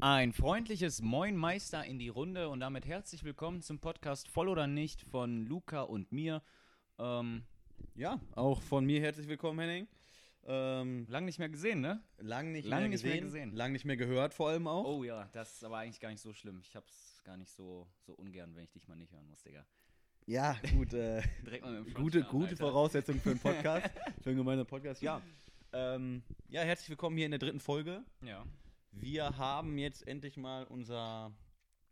Ein freundliches Moin Meister in die Runde und damit herzlich willkommen zum Podcast Voll oder Nicht von Luca und mir. Ähm, Ja, auch von mir herzlich willkommen, Henning. Ähm, lang nicht mehr gesehen, ne? lang nicht, Lang mehr, nicht gesehen, mehr gesehen. lang nicht mehr gehört vor allem auch. Oh ja, das ist aber eigentlich gar nicht so schlimm. Ich hab's gar nicht so, so ungern, wenn ich dich mal nicht hören muss, Digga. Ja, gut. Äh, Direkt mal mit dem gute Frontschlagen, gute Alter. Voraussetzung für einen Podcast, für einen gemeinen Podcast. Ja, ähm, ja, herzlich willkommen hier in der dritten Folge. Ja. Wir haben jetzt endlich mal unser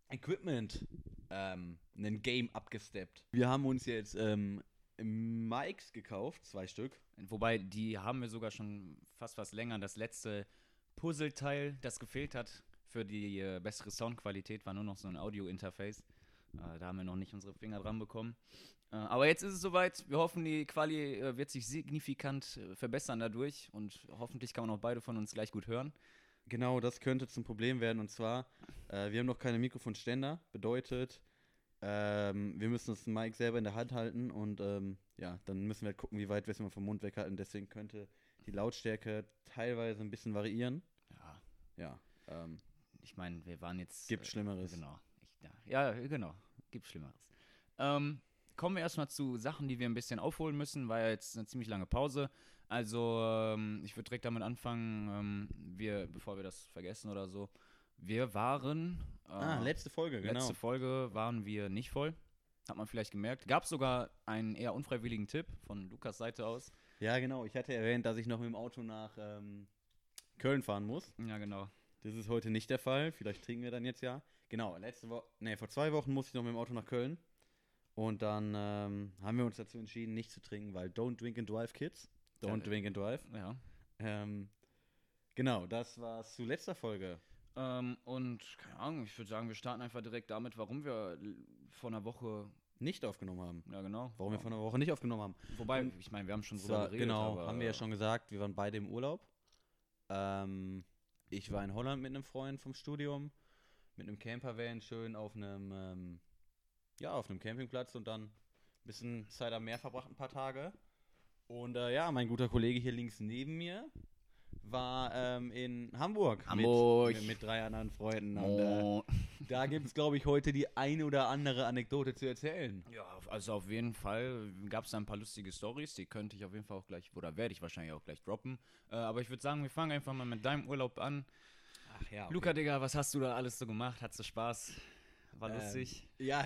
Equipment, ähm, ein Game abgesteppt. Wir haben uns jetzt ähm, Mics gekauft, zwei Stück. Wobei, die haben wir sogar schon fast was länger. Das letzte Puzzleteil, das gefehlt hat für die äh, bessere Soundqualität, war nur noch so ein Audio-Interface. Äh, da haben wir noch nicht unsere Finger dran bekommen. Äh, aber jetzt ist es soweit. Wir hoffen, die Quali äh, wird sich signifikant äh, verbessern dadurch. Und hoffentlich kann man auch beide von uns gleich gut hören. Genau, das könnte zum Problem werden. Und zwar, äh, wir haben noch keine Mikrofonständer. Bedeutet, ähm, wir müssen das Mic selber in der Hand halten und ähm, ja, dann müssen wir halt gucken, wie weit wir es immer vom Mund weghalten. Deswegen könnte die Lautstärke teilweise ein bisschen variieren. Ja, Ja, ähm, ich meine, wir waren jetzt. gibt Schlimmeres. Genau. Ich, ja, ja, genau. Gibt Schlimmeres. Ähm, kommen wir erstmal zu Sachen, die wir ein bisschen aufholen müssen, war ja jetzt eine ziemlich lange Pause. Also, ähm, ich würde direkt damit anfangen, ähm, wir, bevor wir das vergessen oder so. Wir waren. äh, Ah, letzte Folge, genau. letzte Folge waren wir nicht voll. Hat man vielleicht gemerkt. Gab sogar einen eher unfreiwilligen Tipp von Lukas Seite aus. ja, genau. Ich hatte erwähnt, dass ich noch mit dem Auto nach ähm, Köln fahren muss. Ja, genau. Das ist heute nicht der Fall. Vielleicht trinken wir dann jetzt ja. Genau, letzte Woche, nee, vor zwei Wochen musste ich noch mit dem Auto nach Köln. Und dann ähm, haben wir uns dazu entschieden, nicht zu trinken, weil don't drink and drive, Kids. Don't Ja. drink and drive. Ja. Ähm, genau, das war's zu letzter Folge. Ähm, und keine Ahnung, ich würde sagen, wir starten einfach direkt damit, warum wir l- vor einer Woche Nicht aufgenommen haben. Ja, genau. Warum wir Ja. vor einer Woche nicht aufgenommen haben. Wobei, ich meine, wir haben schon drüber Zwar, geredet. genau, aber, haben wir ja äh, schon gesagt, wir waren beide im Urlaub. Ähm, ich war in Holland mit einem Freund vom Studium, mit einem Campervan schön auf einem, ähm, ja, auf einem Campingplatz und dann ein bisschen Zeit am Meer verbracht, ein paar Tage. Und äh, ja, mein guter Kollege hier links neben mir war ähm, in Hamburg, Hamburg. Mit, mit, mit drei anderen Freunden. Und äh, Oh. da gibt es, glaube ich, heute die eine oder andere Anekdote zu erzählen. Ja, auf- also auf jeden Fall gab es da ein paar lustige Stories, die könnte ich auf jeden Fall auch gleich, oder werde ich wahrscheinlich auch gleich droppen. Äh, aber ich würde sagen, wir fangen einfach mal mit deinem Urlaub an. Ach ja. Luca, Digga, was hast du da alles so gemacht? Hattest du Spaß? War Ähm, lustig? Ja,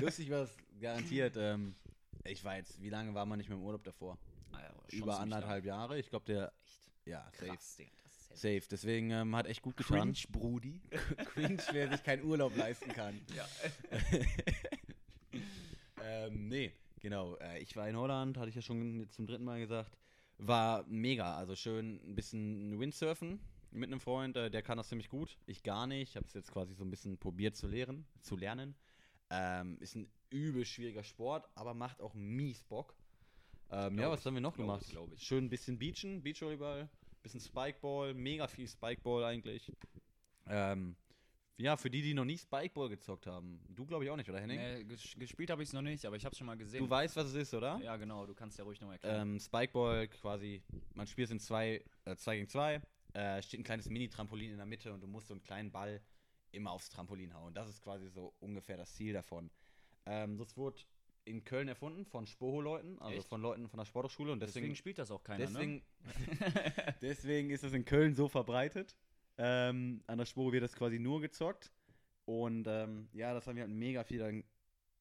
lustig war es garantiert. Ähm, ich war jetzt, wie lange war man nicht mehr im Urlaub davor? Ah, ja, aber schon Über ziemlich anderthalb Jahre. Ich glaube, der. lang. Echt Ja, safe. krass, Digga. Das ist heftig. Safe. Deswegen ähm, hat echt gut getan. Brudi. Cringe, wer sich keinen Urlaub leisten kann. ja. ähm, nee, genau. Äh, ich war in Holland, hatte ich ja schon jetzt zum dritten Mal gesagt. War mega. Also schön ein bisschen Windsurfen mit einem Freund. Äh, der kann das ziemlich gut. Ich gar nicht. Ich habe es jetzt quasi so ein bisschen probiert zu lehren, zu lernen. Ähm, ist ein übel schwieriger Sport, aber macht auch mies Bock. Ähm, ja, Glaub was ich, haben wir noch glaub gemacht? ich, glaub ich. Schön ein bisschen Beachen, Beachvolleyball, bisschen Spikeball, mega viel Spikeball eigentlich. Ähm, ja, für die, die noch nie Spikeball gezockt haben. Du glaube ich auch nicht, oder Henning? Nee, ges gespielt habe ich es noch nicht, aber ich habe es schon mal gesehen. Du weißt, was es ist, oder? ja, genau, du kannst ja ruhig nochmal erklären. Ähm, Spikeball quasi, man spielt es in zwei, äh, zwei gegen zwei, äh, steht ein kleines Mini-Trampolin in der Mitte und du musst so einen kleinen Ball immer aufs Trampolin hauen. Das ist quasi so ungefähr das Ziel davon. Ähm, das wurde in Köln erfunden von Spoho-Leuten, also Echt? von Leuten von der Sporthochschule und deswegen, deswegen, spielt das auch keiner, ne? deswegen, deswegen ist es in Köln so verbreitet. Ähm, an der Spoho wird das quasi nur gezockt und ähm, ja, das haben wir halt mega viel dann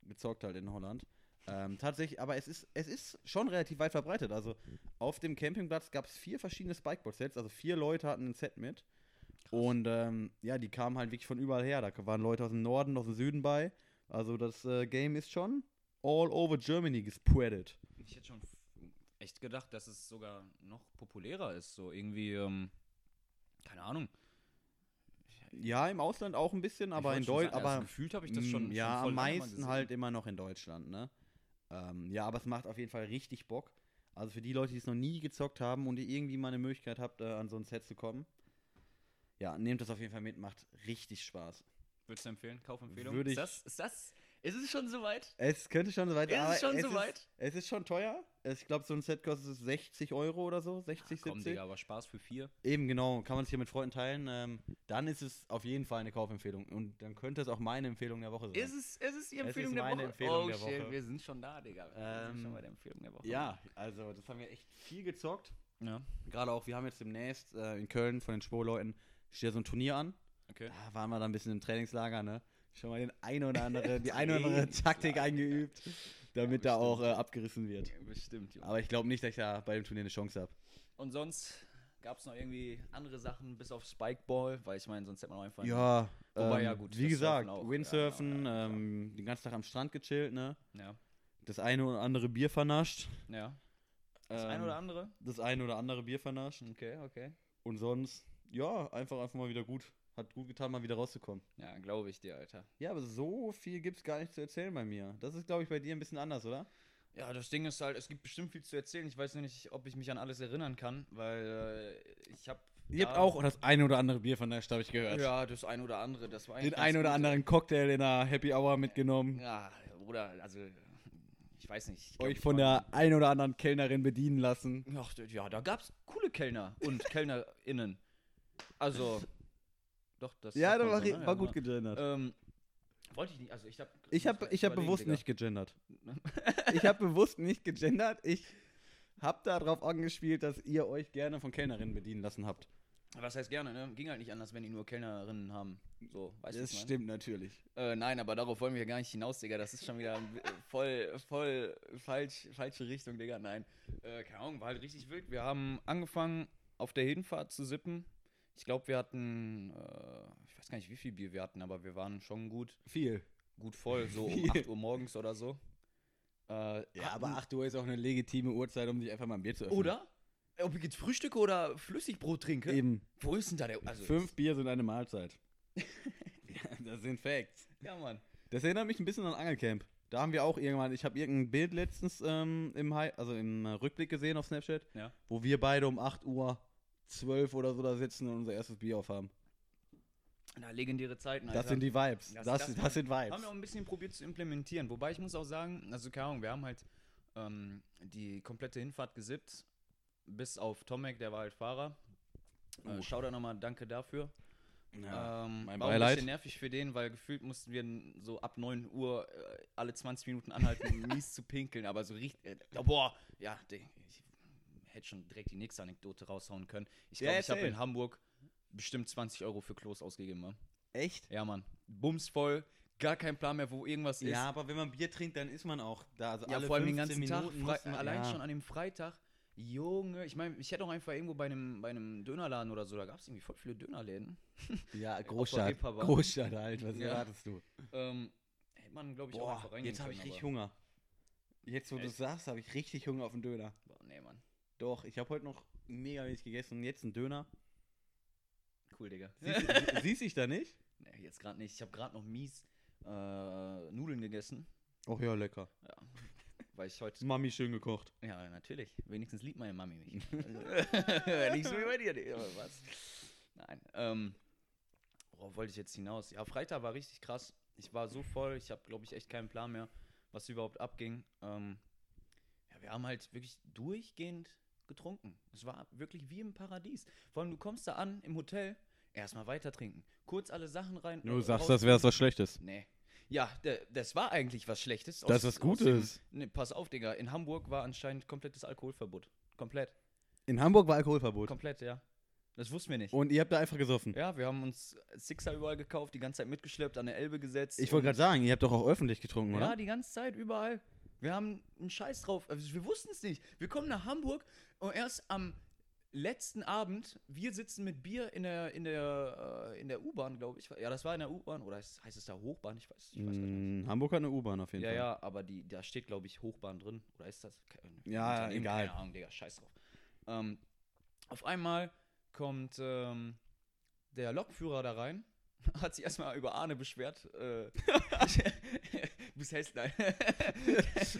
gezockt halt in Holland. Ähm, tatsächlich, aber es ist, es ist schon relativ weit verbreitet. Also auf dem Campingplatz gab es vier verschiedene Spikeboard-Sets, also vier Leute hatten ein Set mit. Und ähm, ja, die kamen halt wirklich von überall her. Da waren Leute aus dem Norden, aus dem Süden bei. Also das äh, Game ist schon all over Germany gespreadet. Ich hätte schon f- echt gedacht, dass es sogar noch populärer ist. So irgendwie, ähm, keine Ahnung. Ja, im Ausland auch ein bisschen, aber Ich in wollte schon Deutschland, sagen, also aber gefühlt habe ich das Mm, schon. Ja, schon voll lange am mal meisten gesehen. halt immer noch in Deutschland, ne? Ähm, ja, aber es macht auf jeden Fall richtig Bock. Also für die Leute, die es noch nie gezockt haben und ihr irgendwie mal eine Möglichkeit habt, äh, an so ein Set zu kommen. Ja, nehmt das auf jeden Fall mit, macht richtig Spaß. Würdest du empfehlen? Kaufempfehlung? Würde ich- ist das? Ist das? Ist es schon soweit? Es könnte schon soweit Ist es aber schon es soweit? Ist, es ist schon teuer. Äh, Ich glaube, so ein Set kostet 60 Euro oder so, 60, Komm, 70. Digga, aber Spaß für vier. Eben, genau. Kann man es hier mit Freunden teilen. Ähm, dann ist es auf jeden Fall eine Kaufempfehlung. Und dann könnte es auch meine Empfehlung der Woche sein. Ist es, ist es die Es ist Empfehlung der meine Woche? Empfehlung oh der shit, Woche. wir sind schon da, Digga. Wir sind schon Ähm, bei der Empfehlung der Woche. ja, also das haben wir echt viel gezockt. Ja, Gerade auch, wir haben jetzt demnächst äh, in Köln von den Schwuleuten steht ja so ein Turnier an. okay. Da waren wir dann ein bisschen im Trainingslager, ne? Schon mal den ein oder andere, die eine oder andere Taktik eingeübt, damit da Ja, auch äh, abgerissen wird. Bestimmt, Junge. Aber ich glaube nicht, dass ich da bei dem Turnier eine Chance habe. Und sonst gab es noch irgendwie andere Sachen, bis auf Spikeball, weil ich meine, sonst hätte man auch einfach. Ja, Wobei, ähm, ja, gut, Wie das Surfen gesagt, auch. Ja, Windsurfen, genau, ja, ähm, den ganzen Tag am Strand gechillt, ne? Ja. Das eine oder andere Bier vernascht. ja. Das ähm, eine oder andere? das eine oder andere Bier vernascht. Okay, okay. Und sonst, ja, einfach einfach mal wieder gut. Hat gut getan, mal wieder rauszukommen. Ja, glaube ich dir, Alter. Ja, aber so viel gibt's gar nicht zu erzählen bei mir. Das ist, glaube ich, bei dir ein bisschen anders, oder? Ja, das Ding ist halt, es gibt bestimmt viel zu erzählen. Ich weiß nur nicht, ob ich mich an alles erinnern kann, weil äh, ich habe. Ihr habt auch das eine oder andere Bier vernascht, habe ich gehört. Ja, das ein oder andere. Das war Den eigentlich ganz einen oder gut. anderen Cocktail in der Happy Hour mitgenommen. Ja, oder, also, ich weiß nicht. ich glaub, Euch ich von war- der einen oder anderen Kellnerin bedienen lassen. Ach, d- ja, da gab's coole Kellner und KellnerInnen. Also, doch, das. Ja, sagt da man war, so, ne? war gut Ja, gegendert. genau. Ähm, wollte ich nicht, also ich hab. Ich muss habe grad ich hab überlegen, bewusst Digga. nicht gegendert. Ich habe bewusst nicht gegendert. Ich habe darauf angespielt, dass ihr euch gerne von Kellnerinnen bedienen lassen habt. Was heißt gerne, ne? Ging halt nicht anders, wenn die nur KellnerInnen haben. So, weißt du, was das ich meine? stimmt natürlich. Äh, nein, aber darauf wollen wir gar nicht hinaus, Digga. Das ist schon wieder ein bi- äh, voll, voll falsch, falsche Richtung, Digga. Nein. Äh, keine Ahnung, war halt richtig wild. Wir haben angefangen, auf der Hinfahrt zu sippen. Ich glaube, wir hatten, äh, ich weiß gar nicht, wie viel Bier wir hatten, aber wir waren schon gut, Viel. gut voll, so um Viel. 8 Uhr morgens oder so. Äh, Ja, aber hatten- 8 Uhr ist auch eine legitime Uhrzeit, um sich einfach mal ein Bier zu öffnen. Oder? Ob ich jetzt Frühstücke oder Flüssigbrot trinke? Eben. Wo ist denn da der. Also, Fünf Bier sind eine Mahlzeit. ja, das sind Facts. Ja, Mann. Das erinnert mich ein bisschen an Angelcamp. Da haben wir auch irgendwann, ich habe irgendein Bild letztens ähm, im, Hi also im äh, Rückblick gesehen auf Snapchat, Ja. wo wir beide um 8 Uhr 12 oder so da sitzen und unser erstes Bier aufhaben. Na, legendäre Zeiten, Das sind die Das- Vibes. Das, das, das- sind Haben wir auch Vibes. ein bisschen probiert zu implementieren. Wobei ich muss auch sagen, also keine Ahnung, wir haben halt ähm, die komplette Hinfahrt gesippt, bis auf Tomek, der war halt Fahrer. Äh, Uh. schau da nochmal, danke dafür. ähm, mein war ein Beileid. bisschen nervig für den, weil gefühlt mussten wir n- so ab 9 Uhr äh, alle 20 Minuten anhalten, um mies zu pinkeln, aber so richtig, äh, ja, boah, ja, Ding, ich hätte schon direkt die nächste Anekdote raushauen können. Ich Ja, glaube, ich habe erzähl. in Hamburg bestimmt 20 Euro für Klos ausgegeben, Mann. Echt? Ja, Mann. Bumsvoll, gar kein Plan mehr, wo irgendwas ist. Ja, aber wenn man Bier trinkt, dann ist man auch da. Also Ja, alle vor allem den 15 ganzen Tag, Minuten Fre- muss man- allein ja. schon an dem Freitag. Junge, ich meine, ich hätte auch einfach irgendwo bei einem, bei einem Dönerladen oder so, da gab es irgendwie voll viele Dönerläden. Ja, der Großstadt. Reeperbahn. Großstadt halt, was Ja. erwartest du? Ähm, hätte man, glaube ich, auch einfach Boah, reingehen jetzt habe ich können, richtig Hunger. Jetzt, wo du Echt? sagst, habe ich richtig Hunger auf einen Döner. aber, boah, Nee, Mann. Doch, ich habe heute noch mega wenig gegessen. Jetzt einen Döner. Cool, Digga. Siehst sie- siehst dich da nicht? nee, jetzt gerade nicht. Ich habe gerade noch mies äh, Nudeln gegessen, Ach ja, lecker. weil ich heute. Mami schön gekocht. Ja, natürlich. Wenigstens liebt meine Mami mich. Also, Nicht so wie bei dir, Digga. Was? Nein. Ähm, worauf wollte ich jetzt hinaus? Ja, Freitag war richtig krass. Ich war so voll. Ich habe, glaube ich, echt keinen Plan mehr, was überhaupt abging. Ähm, ja, wir haben halt wirklich durchgehend getrunken. Es war wirklich wie im Paradies. Vor allem, du kommst da an im Hotel, erstmal weiter trinken. Kurz alle Sachen rein. äh, raus- wäre was Schlechtes. Nee. Ja, d- das war eigentlich was Schlechtes. Das ist was Gutes. Dem, nee, pass auf, Digga. In Hamburg war anscheinend komplettes Alkoholverbot. Komplett. In Hamburg war Alkoholverbot. Komplett, ja. Das wussten wir nicht. Und ihr habt da einfach gesoffen. ja, wir haben uns Sixer überall gekauft, die ganze Zeit mitgeschleppt, an der Elbe gesetzt. Ich wollte und- gerade sagen, ihr habt doch auch öffentlich getrunken, Ja, oder? die ganze Zeit überall. Wir haben einen Scheiß drauf. Also, wir wussten es nicht. Wir kommen nach Hamburg und erst am letzten Abend, wir sitzen mit Bier in der, in der, äh, in der U-Bahn, glaube ich. Ja, das war in der U-Bahn oder heißt, heißt es da Hochbahn? Ich weiß, ich weiß gar nicht. Mm, Hamburg hat eine U-Bahn auf jeden Ja, Fall. ja, aber die, da steht, glaube ich, Hochbahn drin. Oder ist das? Ke- Ja, Unternehmen? egal. Keine Ahnung, Digga, scheiß drauf. Ähm, auf einmal kommt ähm, der Lokführer da rein, hat sich erstmal über Arne beschwert. Äh, bis Hessen, nein.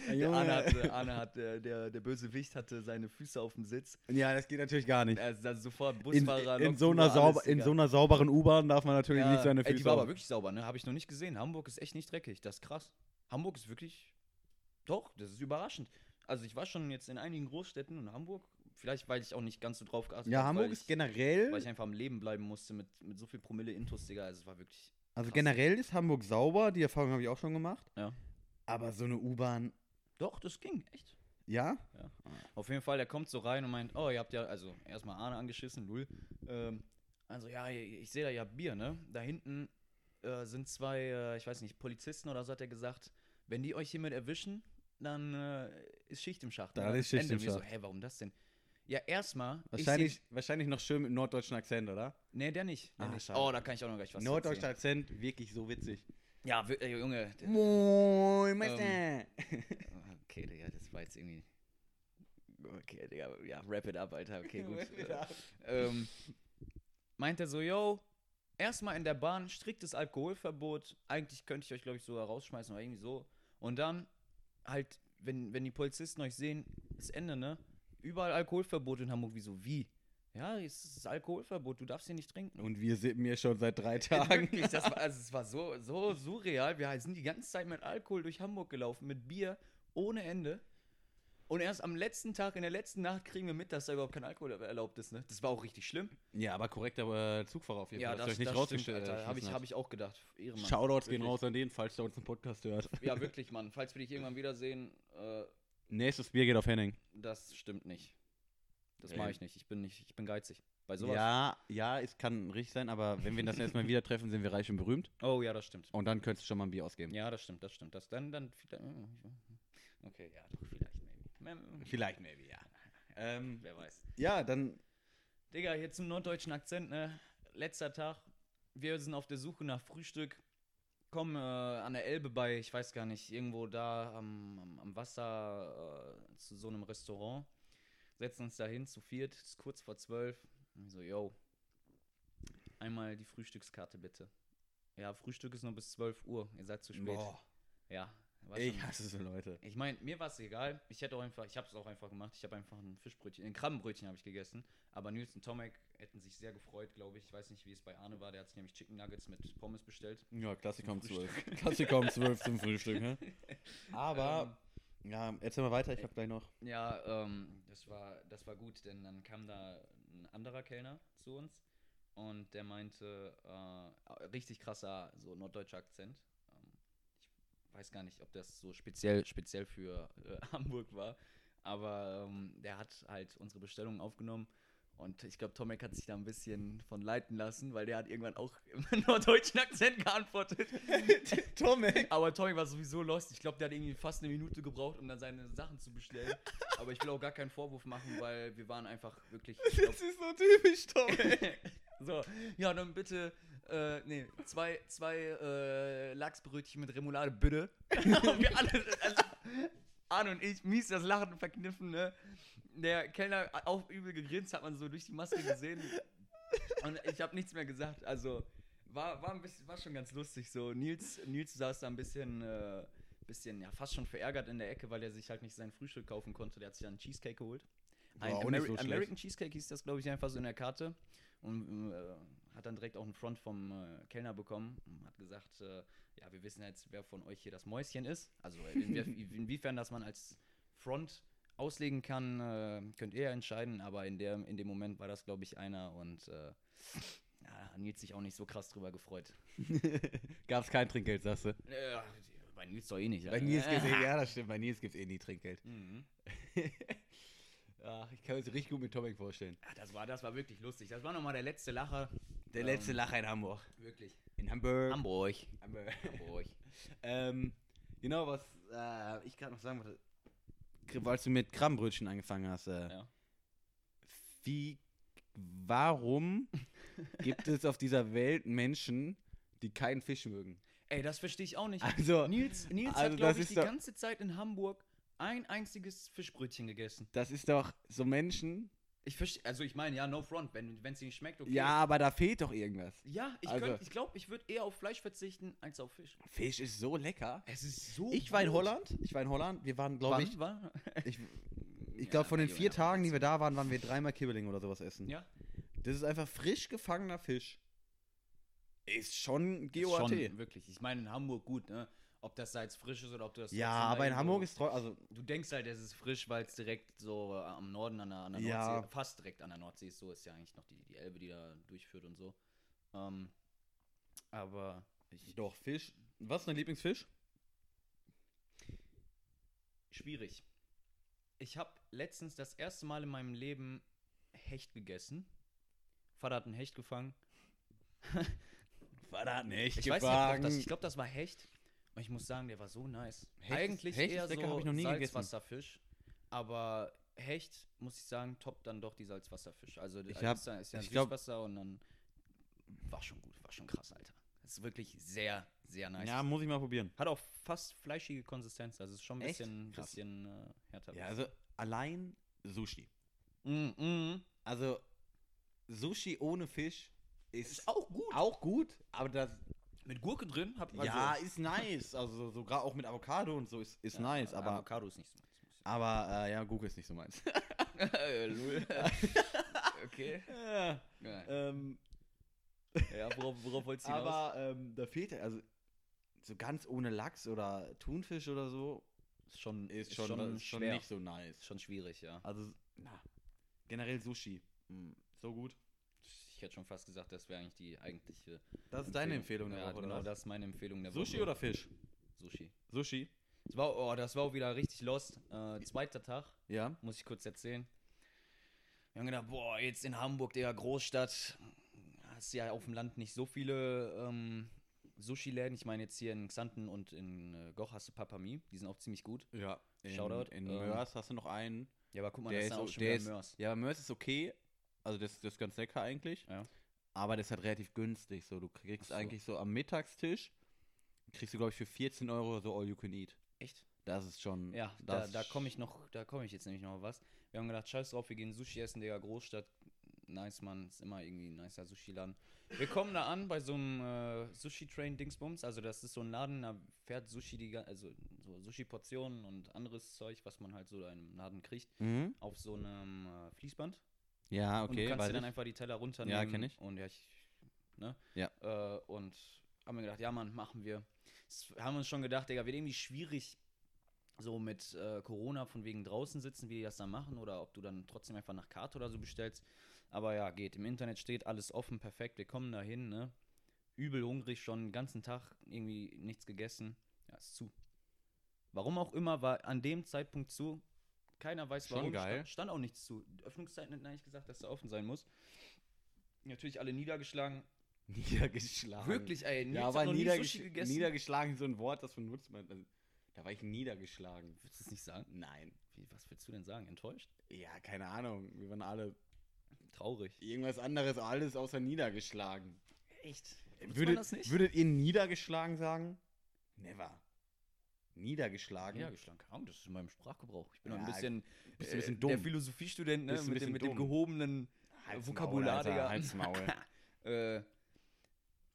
der Junge. Arne hatte, Arne hat, der, der, der böse Wicht hatte seine Füße auf dem Sitz. Ja, das geht natürlich gar nicht. Also, dann sofort In, Busfahrer, in, so einer Lokführer, alles, sauber, in Digga. so einer sauberen U-Bahn darf man natürlich Ja, nicht seine ey, Füße die war aber auf- wirklich sauber, ne? Habe ich noch nicht gesehen. Hamburg ist echt nicht dreckig. Das ist krass. Hamburg ist wirklich. Doch, das ist überraschend. also ich war schon jetzt in einigen Großstädten und Hamburg, vielleicht weil ich auch nicht ganz so drauf geachtet Ja, hab, Hamburg weil ist ich, generell. weil ich einfach am Leben bleiben musste mit, mit so viel Promille Intus, Digga. Also es war wirklich. also krass. generell ist Hamburg sauber, die Erfahrung habe ich auch schon gemacht. Ja. Aber so eine U-Bahn, Doch, das ging, echt. ja? Auf jeden Fall, der kommt so rein und meint, oh, ihr habt ja, also erstmal Arne angeschissen, Lul. Ähm, also ja, ich ich sehe da ja Bier, ne? Da hinten äh, sind zwei, äh, ich weiß nicht, Polizisten oder so hat er gesagt, wenn die euch hiermit erwischen, dann äh, ist Schicht im Schacht. ne? Dann ist Schicht Ende. im Und wir so, Schacht. hä, warum das denn? Ja, erstmal. ich Wahrscheinlich, wahrscheinlich noch schön mit norddeutschen Akzent, oder? seh- Nee, der nicht. Der Ah, nicht. schade. Oh, da kann ich auch noch gleich was Norddeutscher erzählen. Akzent, wirklich so witzig. Ähm, Ja, wir- äh, Junge. Hm. d- Moin, Meister. Okay, Digga, das war jetzt irgendwie. Okay, Digga, ja, wrap it up, Alter. Okay, gut. Äh, ähm, meint er so, yo, erstmal in der Bahn striktes Alkoholverbot. Eigentlich könnte ich euch, glaube ich, sogar rausschmeißen oder irgendwie so. Und dann halt, wenn, wenn die Polizisten euch sehen, ist Ende, ne? Überall Alkoholverbot in Hamburg. Wieso? Wie? Ja, es ist Alkoholverbot, du darfst hier nicht trinken. Und wir sitzen mir schon seit drei Tagen. Wirklich, das war, also es war so, so surreal. Wir sind die ganze Zeit mit Alkohol durch Hamburg gelaufen, mit Bier ohne Ende. Und erst am letzten Tag, in der letzten Nacht kriegen wir mit, dass da überhaupt kein Alkohol erlaubt ist. Ne? Das war auch richtig schlimm. Ja, aber korrekter äh, Zugfahrer auf jeden Fall. dass ihr euch nicht äh, rausgeschmissen Habe ich, hab habt. ich auch gedacht. Ehrenmann. Shoutouts gehen Wirklich. raus an den, falls der uns einen Podcast hört. Ja, wirklich, Mann. Falls wir dich irgendwann wiedersehen, äh, Nächstes Bier geht auf Henning. das stimmt nicht. Das Ey. mache ich nicht. Ich bin nicht, ich bin geizig. Bei sowas. Äh. Ja, ja, es kann richtig sein, aber wenn wir das erstmal wieder treffen, sind wir reich und berühmt. Oh ja, das stimmt. Und dann könntest du schon mal ein Bier ausgeben. Ja, das stimmt, das stimmt. Das dann, dann vielleicht. Okay, ja, doch, vielleicht, maybe. Vielleicht, maybe, ja. Ähm, Wer weiß. ja, dann. Digga, hier zum norddeutschen Akzent, ne? Letzter Tag. Wir sind auf der Suche nach Frühstück. Kommen äh, an der Elbe bei, ich weiß gar nicht, irgendwo da am, am, am Wasser äh, zu so einem Restaurant. Setzen uns da hin zu viert, ist kurz vor zwölf. Und So, yo. Einmal die Frühstückskarte bitte. Ja, Frühstück ist noch bis 12 Uhr. Ihr seid zu spät. Boah, Ja. war schon- ich hasse so Leute. ich meine, mir war es egal. Ich hätte auch einfach, ich habe es auch einfach gemacht. Ich habe einfach ein Fischbrötchen, ein Krabbenbrötchen habe ich gegessen. Aber Nils und Tomek hätten sich sehr gefreut, glaube ich. Ich weiß nicht, wie es bei Arne war. Der hat sich nämlich Chicken Nuggets mit Pommes bestellt. Ja, Klassiker um Zum 12. Klassiker um 12 zum Frühstück, ne? Aber, Aber, ja, erzähl mal weiter, ich hab gleich noch. Ja, ähm, das war, das war gut, denn dann kam da ein anderer Kellner zu uns und der meinte, äh, richtig krasser, so norddeutscher Akzent. Ähm, ich weiß gar nicht, ob das so speziell, speziell für äh, Hamburg war, aber ähm, der hat halt unsere Bestellung aufgenommen. Und ich glaube, Tomek hat sich da ein bisschen von leiten lassen, weil der hat irgendwann auch im norddeutschen Akzent geantwortet. Tomek! Aber Tommy war sowieso lost. Ich glaube, der hat irgendwie fast eine Minute gebraucht, um dann seine Sachen zu bestellen. Aber ich will auch gar keinen Vorwurf machen, weil wir waren einfach wirklich. Ich glaub, ist so typisch, Tomek! so, ja, dann bitte, äh, nee, zwei, zwei äh, Lachsbrötchen mit Remoulade, bitte. Und wir alle, also, Arne und ich, mies das Lachen verkniffen, ne? Der Kellner hat auch übel gegrinst, hat man so durch die Maske gesehen. Und ich habe nichts mehr gesagt, also war, war, ein bisschen, war schon ganz lustig so. Nils, Nils saß da ein bisschen, äh, bisschen, ja, fast schon verärgert in der Ecke, weil er sich halt nicht sein Frühstück kaufen konnte. Der hat sich dann einen Cheesecake geholt. Ein auch nicht Ameri so schlecht. American Cheesecake hieß das, glaube ich, einfach so in der Karte. Und äh, hat dann direkt auch einen Front vom äh, Kellner bekommen. Und hat gesagt, äh, ja, wir wissen jetzt, wer von euch hier das Mäuschen ist. Also inwie inwiefern das man als Front auslegen kann, äh, könnt ihr ja entscheiden. Aber in, der, in dem Moment war das, glaube ich, einer. Und äh, ja, Nils sich auch nicht so krass drüber gefreut. Gab's kein Trinkgeld, sagst du? Äh, bei Nils doch eh nicht. Bei Nils gibt's eh, ja, das stimmt, bei Nils gibt's eh nie Trinkgeld. Mhm. Ach, ich kann mir das richtig gut mit Tomek vorstellen. Ja, das, war, das war wirklich lustig. Das war nochmal der letzte Lacher. Der Ähm, letzte Lacher in Hamburg. Wirklich. In Hamburg. Hamburg. Hamburg. Hamburg. ähm, genau, was äh, ich gerade noch sagen wollte. Kr- Weil du mit Krabbenbrötchen angefangen hast. Äh, Ja. Wie, warum gibt es auf dieser Welt Menschen, die keinen Fisch mögen? Ey, das verstehe ich auch nicht. Also, Nils, Nils also hat, glaube das ich, ist die doch- ganze Zeit in Hamburg ein einziges Fischbrötchen gegessen. das ist doch so Menschen. Ich verstehe, also ich meine, ja, no front, wenn es dir nicht schmeckt, okay. Ja, aber da fehlt doch irgendwas. Ja, ich Also- glaube, ich, glaub, ich würde eher auf Fleisch verzichten als auf Fisch. Fisch ist so lecker. Es ist so Ich war in gut. Holland. Ich war in Holland. Wir waren, glaube Wann ich, war? ich, ich glaube, von den Ja, vier aber Tagen, die wir da waren, waren wir dreimal Kibbeling oder sowas essen. Ja. Das ist einfach frisch gefangener Fisch. Ist schon Ist GOAT. Schon, wirklich. Ich meine, in Hamburg gut, ne? ob das Salz frisch ist oder ob du das. Ja, trotzdem da aber in irgendwo- Hamburg ist trotzdem, also Du denkst halt, es ist frisch, weil es direkt so äh, am Norden an der, an der Ja. Nordsee, fast direkt an der Nordsee ist. So ist ja eigentlich noch die, die Elbe, die da durchführt und so. Ähm, aber ich, doch Fisch. Was ist dein Lieblingsfisch? schwierig. Ich habe letztens das erste Mal in meinem Leben Hecht gegessen. Vater hat einen Hecht gefangen. War da nicht Ich weiß nicht, ob das, ich glaube, das war Hecht. Und ich muss sagen, der war so nice. Hecht ist- Eigentlich Hecht ist eher lecker, so hab ich noch nie gegessen. Salzwasserfisch. Aber Hecht, muss ich sagen, toppt dann doch die Salzwasserfisch. Also Ich das hab- ist ja, ist ja ich glaub- Süßwasser und dann war schon gut, war schon krass, Alter. Es ist wirklich sehr, sehr nice. ja, muss ich mal probieren. Hat auch fast fleischige Konsistenz, also ist schon ein Echt? bisschen, Krass. bisschen äh, härter. Ja, also allein Sushi. Mm, mm. Also Sushi ohne Fisch ist, Ist auch gut. auch gut, aber das Mit Gurke drin, hab ja ist nice. Also sogar auch mit Avocado und so ist, ist Ja, nice, aber Avocado ist nicht so meins. aber äh, ja, Gurke ist nicht so meins. Äh, lul. okay. Ja, Ja. ähm, Ja, worauf, worauf wolltest du hinaus? aber ähm, da fehlt also so ganz ohne Lachs oder Thunfisch oder so Ist schon, ist schon, äh, ist schon schwer. nicht so nice. Ist schon schwierig, ja. Also na, generell Sushi mm, so gut. Ich hätte schon fast gesagt, das wäre eigentlich die eigentliche Das ist deine Empfehlung der ja, Woche, oder genau, was? das ist meine Empfehlung der Sushi Woche. oder Fisch? Sushi? Sushi. Das war, oh, das war auch wieder richtig lost. Äh, zweiter Tag, Ja. muss ich kurz erzählen. Wir haben gedacht, boah, jetzt in Hamburg, der Großstadt, hast ja auf dem Land nicht so viele ähm, Sushi-Läden. Ich meine jetzt hier in Xanten und in äh, Goch hast du Papami, die sind auch ziemlich gut. Ja. In, Shoutout. In Ähm, Mörs hast du noch einen. Ja, aber guck mal, der das ist, ist auch o- schon der wieder ist, Mörs. Ja, Mörs ist okay. Also das, das ist ganz lecker eigentlich. Ja. Aber das ist halt relativ günstig. So, du kriegst Ach so. eigentlich so am Mittagstisch, kriegst du, glaube ich, für 14 Euro so All You Can Eat. Echt? Das ist schon. Ja, da, das da komme ich noch, da komme ich jetzt nämlich noch auf was. Wir haben gedacht, scheiß drauf, wir gehen Sushi essen, Digga, Großstadt. Nice, Mann, ist immer irgendwie ein nicer Sushi-Laden. Wir kommen da an bei so einem äh, Sushi-Train-Dingsbums. Also, das ist so ein Laden, da fährt Sushi, die, ga- also so Sushi-Portionen und anderes Zeug, was man halt so in einem Laden kriegt, Mhm. auf so einem äh, Fließband. Ja, und du Ah, okay. kannst dir Weil dann ich, einfach die Teller runternehmen. Ja, kenn ich. Und ja, ich, ne? Ja. Äh, und haben wir gedacht, ja, Mann, machen wir. Das haben wir uns schon gedacht, Digga, wird irgendwie schwierig, so mit äh, Corona von wegen draußen sitzen, wie die das dann machen, oder ob du dann trotzdem einfach nach Karte oder so bestellst. Aber ja, geht. Im Internet steht alles offen, perfekt. Wir kommen da hin, ne? Übel hungrig schon, den ganzen Tag irgendwie nichts gegessen. Ja, ist zu. Warum auch immer, war an dem Zeitpunkt zu. Keiner weiß Schon warum. geil. Stand, stand auch nichts zu. Öffnungszeiten hätten eigentlich gesagt, dass da offen sein muss. Natürlich alle niedergeschlagen. niedergeschlagen. Wirklich, ey. Nils Ja, hat aber noch nie niedergesch Sushi gegessen. niedergeschlagen ist so ein Wort, das benutzt man. Also, da war ich niedergeschlagen. Willst du es nicht sagen? Nein. Wie, was willst du denn sagen? Enttäuscht? Ja, keine Ahnung. Wir waren alle Traurig. irgendwas anderes, alles außer niedergeschlagen. Echt? Würdet, würdet ihr niedergeschlagen sagen? Never. Niedergeschlagen? niedergeschlagen? Keine Ahnung, das ist in meinem Sprachgebrauch. Ich bin noch Ja, ein bisschen, bist äh, ein bisschen der dumm. Philosophiestudent, ne? Bist Mit, ein dem, bisschen mit dem dumm. gehobenen Halt's Vokabular, Maul, Alter, Digga. halt's Maul. äh,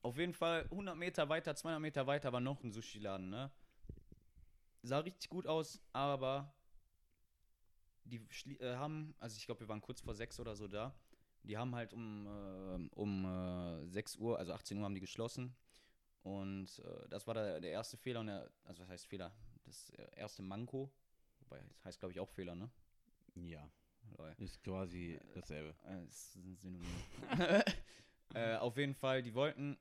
auf jeden Fall 100 Meter weiter, 200 Meter weiter war noch ein Sushi-Laden, ne? Sah richtig gut aus, aber die schli- äh, haben, also ich glaube, wir waren kurz vor sechs oder so da. Die haben halt um, äh, um äh, 6 Uhr, also 18 Uhr haben die geschlossen. Und äh, das war der, der erste Fehler, und der, also was heißt Fehler? Das äh, erste Manko. Wobei, das heißt, glaube ich, auch Fehler, ne? ja, Lol. ist quasi dasselbe. Äh, Es sind Synonyme. äh, auf jeden Fall, die wollten,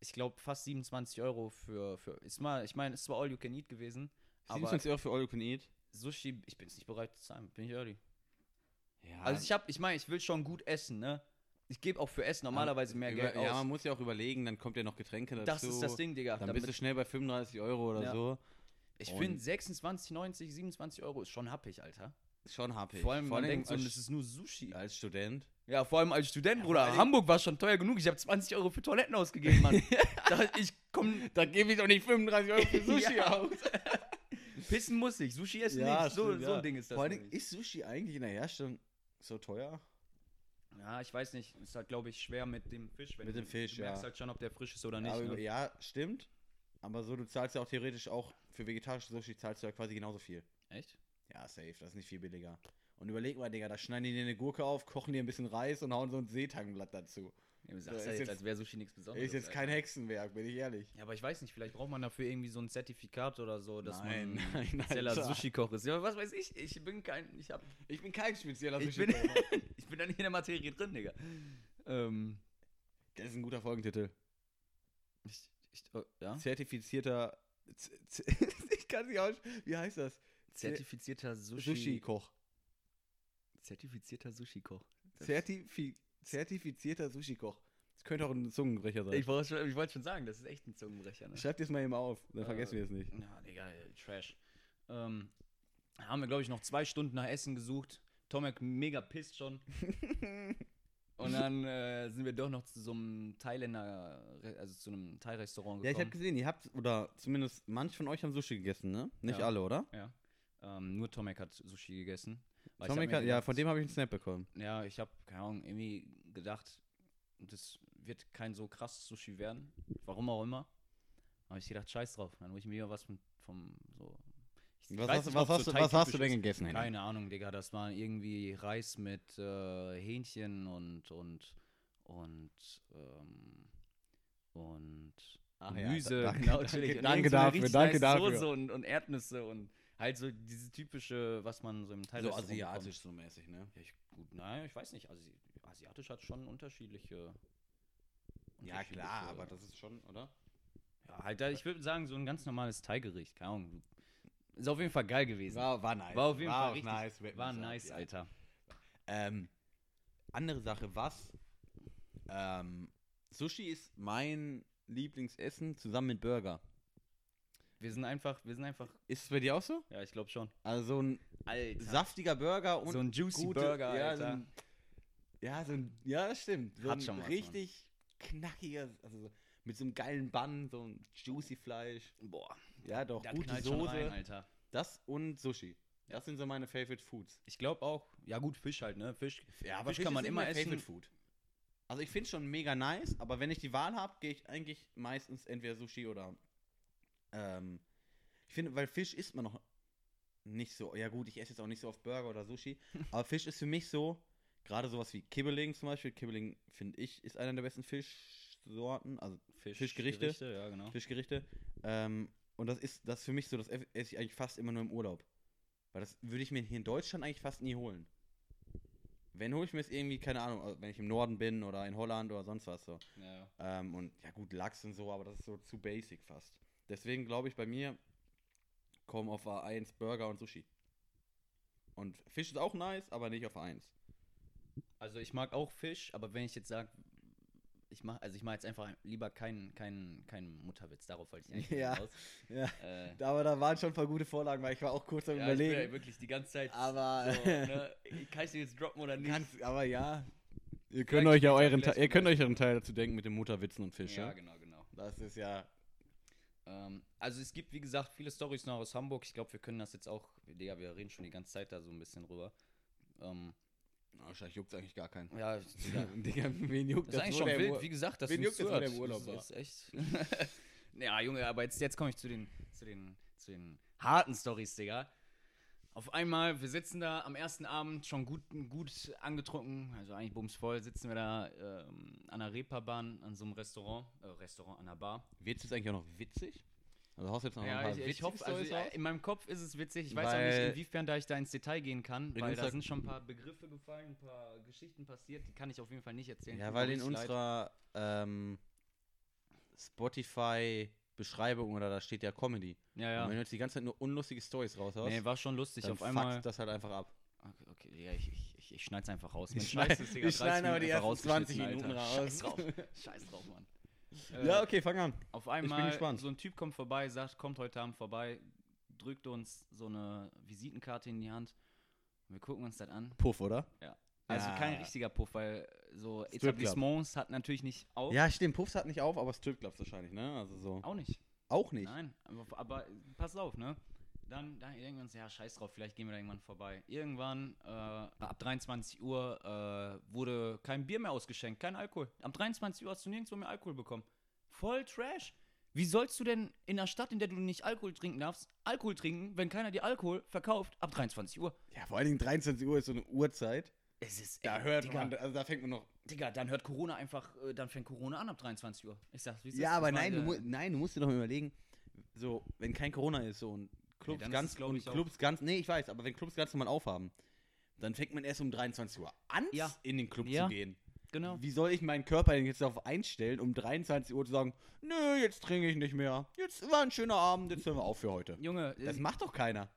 ich glaube, fast 27 Euro für, für ist mal, ich meine, es ist zwar All You Can Eat gewesen, aber 27 Euro für All You Can Eat? Sushi, ich bin es nicht bereit zu zahlen, bin ich ehrlich. Ja. Also ich habe, ich meine, ich will schon gut essen, ne? Ich gebe auch für Essen normalerweise mehr über, Geld Ja, man aus. muss ja auch überlegen, dann kommt ja noch Getränke dazu. das ist das Ding, Digga. Dann Damit- bist du schnell bei 35 Euro oder Ja. so. ich und- finde 26, 90, 27 Euro ist schon happig, Alter. Schon happig. Vor allem, man denkt so, als, das ist nur Sushi. als Student. Ja, vor allem als Student, vor Bruder. allen Dingen- Hamburg war schon teuer genug. Ich habe 20 Euro für Toiletten ausgegeben, Mann. da, ich komme Da gebe ich doch nicht 35 Euro für Sushi aus. Pissen muss ich, Sushi essen Ja, nicht. So, stimmt, so ja. ein Ding ist das. Vor allem nämlich. ist Sushi eigentlich in der Herstellung so teuer? ja, ich weiß nicht. Ist halt, glaube ich, schwer mit dem Fisch. Wenn Mit du- dem Fisch, Du merkst ja. halt schon, ob der frisch ist oder nicht. Aber, ne? Ja, stimmt. Aber so, du zahlst ja auch theoretisch auch für vegetarische Sushi zahlst du ja quasi genauso viel. Echt? Ja, safe, das ist nicht viel billiger. Und überleg mal, Digga, da schneiden die dir eine Gurke auf, kochen dir ein bisschen Reis und hauen so ein Seetangenblatt dazu. Ja, du sagst ist ja jetzt, jetzt- als wäre Sushi nichts Besonderes. Ist jetzt Alter. kein Hexenwerk, bin ich ehrlich. Ja, aber ich weiß nicht, vielleicht braucht man dafür irgendwie so ein Zertifikat oder so, dass Nein, man nein, spezieller Alter. Sushi-Koch ist. Ja, was weiß ich, ich bin kein, ich hab, Ich bin kein spezieller ich bin, ich bin da nicht in der Materie drin, Digga. Ähm, Das ist ein guter Folgentitel. ich, ich, oh, Ah? ja? Zertifizierter. Z Z ich kann nicht aus. Wie heißt das? Zertifizierter Sushi, Sushi-Koch. Zertifizierter Sushi-Koch. Das- Zertifi zertifizierter Sushi-Koch. Das könnte auch ein Zungenbrecher sein. Ich, wollte schon- ich wollte schon sagen, das ist echt ein Zungenbrecher, ne? Schreibt es mal eben auf, dann Äh, vergessen wir es nicht. Ja, Digga, ey, Trash. Ähm, haben wir, glaube ich, noch zwei Stunden nach Essen gesucht. Tomek mega pisst schon. Und dann äh, sind wir doch noch zu so einem Thailänder, Re- also zu einem Thai-Restaurant Ja, ich habe gekommen. gesehen, ihr habt, oder zumindest manche von euch haben Sushi gegessen, ne? Nicht Ja. alle, oder? Ja, ähm, nur Tomek hat Sushi gegessen. Weil ich hab Tommy mir hat, ja, gedacht- von dem habe ich einen Snap bekommen. Ja, ich habe, keine Ahnung, irgendwie gedacht, das wird kein so krass Sushi werden. Warum auch immer. Habe ich gedacht, scheiß drauf. Dann hol ich mir was vom, vom so. Ich, ich Was weiß hast, nicht, was ob's hast, so du- was hast thai-typisch du denn ist. gegessen, Henning? Keine Ahnung, Digga, das war irgendwie Reis mit äh, Hähnchen und und und ähm, und Ach ja, Gemüse, da- danke- genau, danke- natürlich. Und danke irgend so eine dafür, richtig danke nice dafür. Soße und, und Erdnüsse und halt so dieses typische, was man so im Teil so mäßig, ne? Ja, ich, gut, naja, ich weiß nicht. Asi Asiatisch hat schon unterschiedliche. Ja, klar, unterschiedliche- aber das ist schon, oder? Ja, halt, da- ich würde sagen, so ein ganz normales Thai-Gericht. Keine Ahnung. Ist auf jeden Fall geil gewesen. War, War, war nice. auf jeden Fall auch richtig. nice. wird war man sagen, nice, ja. Alter. Ähm, andere Sache, was? Ähm, Sushi ist mein Lieblingsessen zusammen mit Burger. Wir sind einfach, wir sind einfach, Ist es bei dir auch so? ja, ich glaube schon. Also so ein Alter. saftiger Burger und so ein Juicy gute, Burger, ja, Alter. So ein, ja, so ein, ja, das stimmt. So Hat ein schon was, Mann. richtig knackiger, also so, mit so einem geilen Bun, so ein juicy Fleisch. Boah, Ja, doch, da gute knallt schon rein, Soße. Alter. Das und Sushi. Das sind so meine Favorite Foods. Ich glaube auch, ja gut, Fisch halt, ne? Fisch, Ja, Fisch kann man ist immer mein essen. Favorite Food. Also ich finde es schon mega nice, aber wenn ich die Wahl habe, gehe ich eigentlich meistens entweder Sushi oder ähm, ich finde, weil Fisch isst man noch nicht so. Ja gut, ich esse jetzt auch nicht so oft Burger oder Sushi, aber Fisch ist für mich so, gerade sowas wie Kibbeling zum Beispiel. Kibbeling, finde ich, ist einer der besten Fischsorten, also Fisch, Fischgerichte. Gerichte, ja, genau. Fischgerichte. Ähm, und das ist, das ist für mich so, das esse ich eigentlich fast immer nur im Urlaub. Weil das würde ich mir hier in Deutschland eigentlich fast nie holen. Wenn hole ich mir es irgendwie, keine Ahnung, also wenn ich im Norden bin oder in Holland oder sonst was so. Ja. Ähm, und ja gut, Lachs und so, aber das ist so zu basic fast. Deswegen glaube ich, bei mir kommen auf A1 Burger und Sushi. Und Fisch ist auch nice, aber nicht auf A1. Also ich mag auch Fisch, aber wenn ich jetzt sage, ich mache, also ich mache jetzt einfach lieber keinen, keinen, keinen Mutterwitz, darauf wollte ich eigentlich Ja. raus. Ja, Äh, aber da waren schon ein paar gute Vorlagen, weil ich war auch kurz am ja, ich bin ja wirklich die ganze Zeit aber so, ne? Kann ich den jetzt droppen oder nicht? Ganz, aber ja. Ihr könnt euch ja euren Teil- ihr könnt euch euren Teil dazu denken mit dem Mutterwitzen und Fisch. ja, genau, genau. Das ist ja. Ähm, also es gibt, wie gesagt, viele Storys noch aus Hamburg. Ich glaube, wir können das jetzt auch, Digga, wir reden schon die ganze Zeit da so ein bisschen rüber. Ähm, wahrscheinlich juckt eigentlich gar keinen. ja, Digga, Digga, wen juckt Das ist eigentlich schon wild, wie gesagt, das Wen juckt das, wo der im Urlaub ist echt. ja, Junge, aber jetzt, jetzt komme ich zu den, zu den, zu den harten Stories, Digga. Auf einmal, wir sitzen da am ersten Abend schon gut, gut angetrunken, also eigentlich bumsvoll, sitzen wir da ähm, an der Reeperbahn, an so einem Restaurant, äh, Restaurant, an der Bar. Wird es eigentlich auch noch witzig? Also haust du jetzt noch ein Ja, paar ich, ich witzige hoffe, also, Storys raus? äh, in meinem Kopf ist es witzig. Ich weiß auch Weil- nicht, inwiefern da ich da ins Detail gehen kann, In weil da unserer- sind schon ein paar Begriffe gefallen, ein paar Geschichten passiert, die kann ich auf jeden Fall nicht erzählen. Ja, Tut weil mir in richtig leid. unserer ähm, Spotify-Beschreibung oder da steht ja Comedy. Ja, Und ja. wenn du jetzt die ganze Zeit nur unlustige Stories raushaust, Nee, war schon lustig. dann auf einmal. fuckt das halt einfach ab. Okay, okay, ja, ich, ich, ich, ich schneid's einfach raus. Ich Man schneid- schneid's, Digga, ich 30 schneide aber die Minuten einfach ersten 20 rausgeschnitten, Minuten Alter. raus. Scheiß drauf. Scheiß drauf, Mann. ja, Äh, okay, fang an. Auf einmal, gespannt. so ein Typ kommt vorbei, sagt, kommt heute Abend vorbei, drückt uns so eine Visitenkarte in die Hand. Wir gucken uns das an. Puff, oder? Also Ja. kein richtiger Puff, weil so Stripclub. Etablissements hat natürlich nicht auf. Ja, stimmt, Puffs hat nicht auf, aber Stripclubs wahrscheinlich, ne? Also so. Auch nicht. Auch nicht. Nein, aber, aber pass auf, ne? Dann, dann denken wir uns, ja, scheiß drauf, vielleicht gehen wir da irgendwann vorbei. Irgendwann, äh, ab 23 Uhr, äh, wurde kein Bier mehr ausgeschenkt, kein Alkohol. Ab 23 Uhr hast du nirgendwo mehr Alkohol bekommen. Voll Trash. Wie sollst du denn in einer Stadt, in der du nicht Alkohol trinken darfst, Alkohol trinken, wenn keiner dir Alkohol verkauft, ab 23 Uhr? Ja, vor allen Dingen 23 Uhr ist so eine Uhrzeit, Es ist, Da ey, hört Digga, man, also da fängt man noch. Digga, dann hört Corona einfach, äh, dann fängt Corona an ab 23 Uhr. Ich sag's, wie es ist. äh, Ja, aber Ich nein, meine, du, mu- nein, du musst dir doch mal überlegen, so, wenn kein Corona ist, so und Clubs dann ist es, ganz, glaub und ich, auch- Clubs ganz, nee, ich weiß, aber wenn Clubs ganz normal aufhaben, dann fängt man erst um 23 Uhr an, Ja. in den Club Ja. zu gehen. Genau. Wie soll ich meinen Körper denn jetzt darauf einstellen, um 23 Uhr zu sagen, nö, jetzt trinke ich nicht mehr, jetzt war ein schöner Abend, jetzt hören wir auf für heute. Junge, äh, Das macht doch keiner.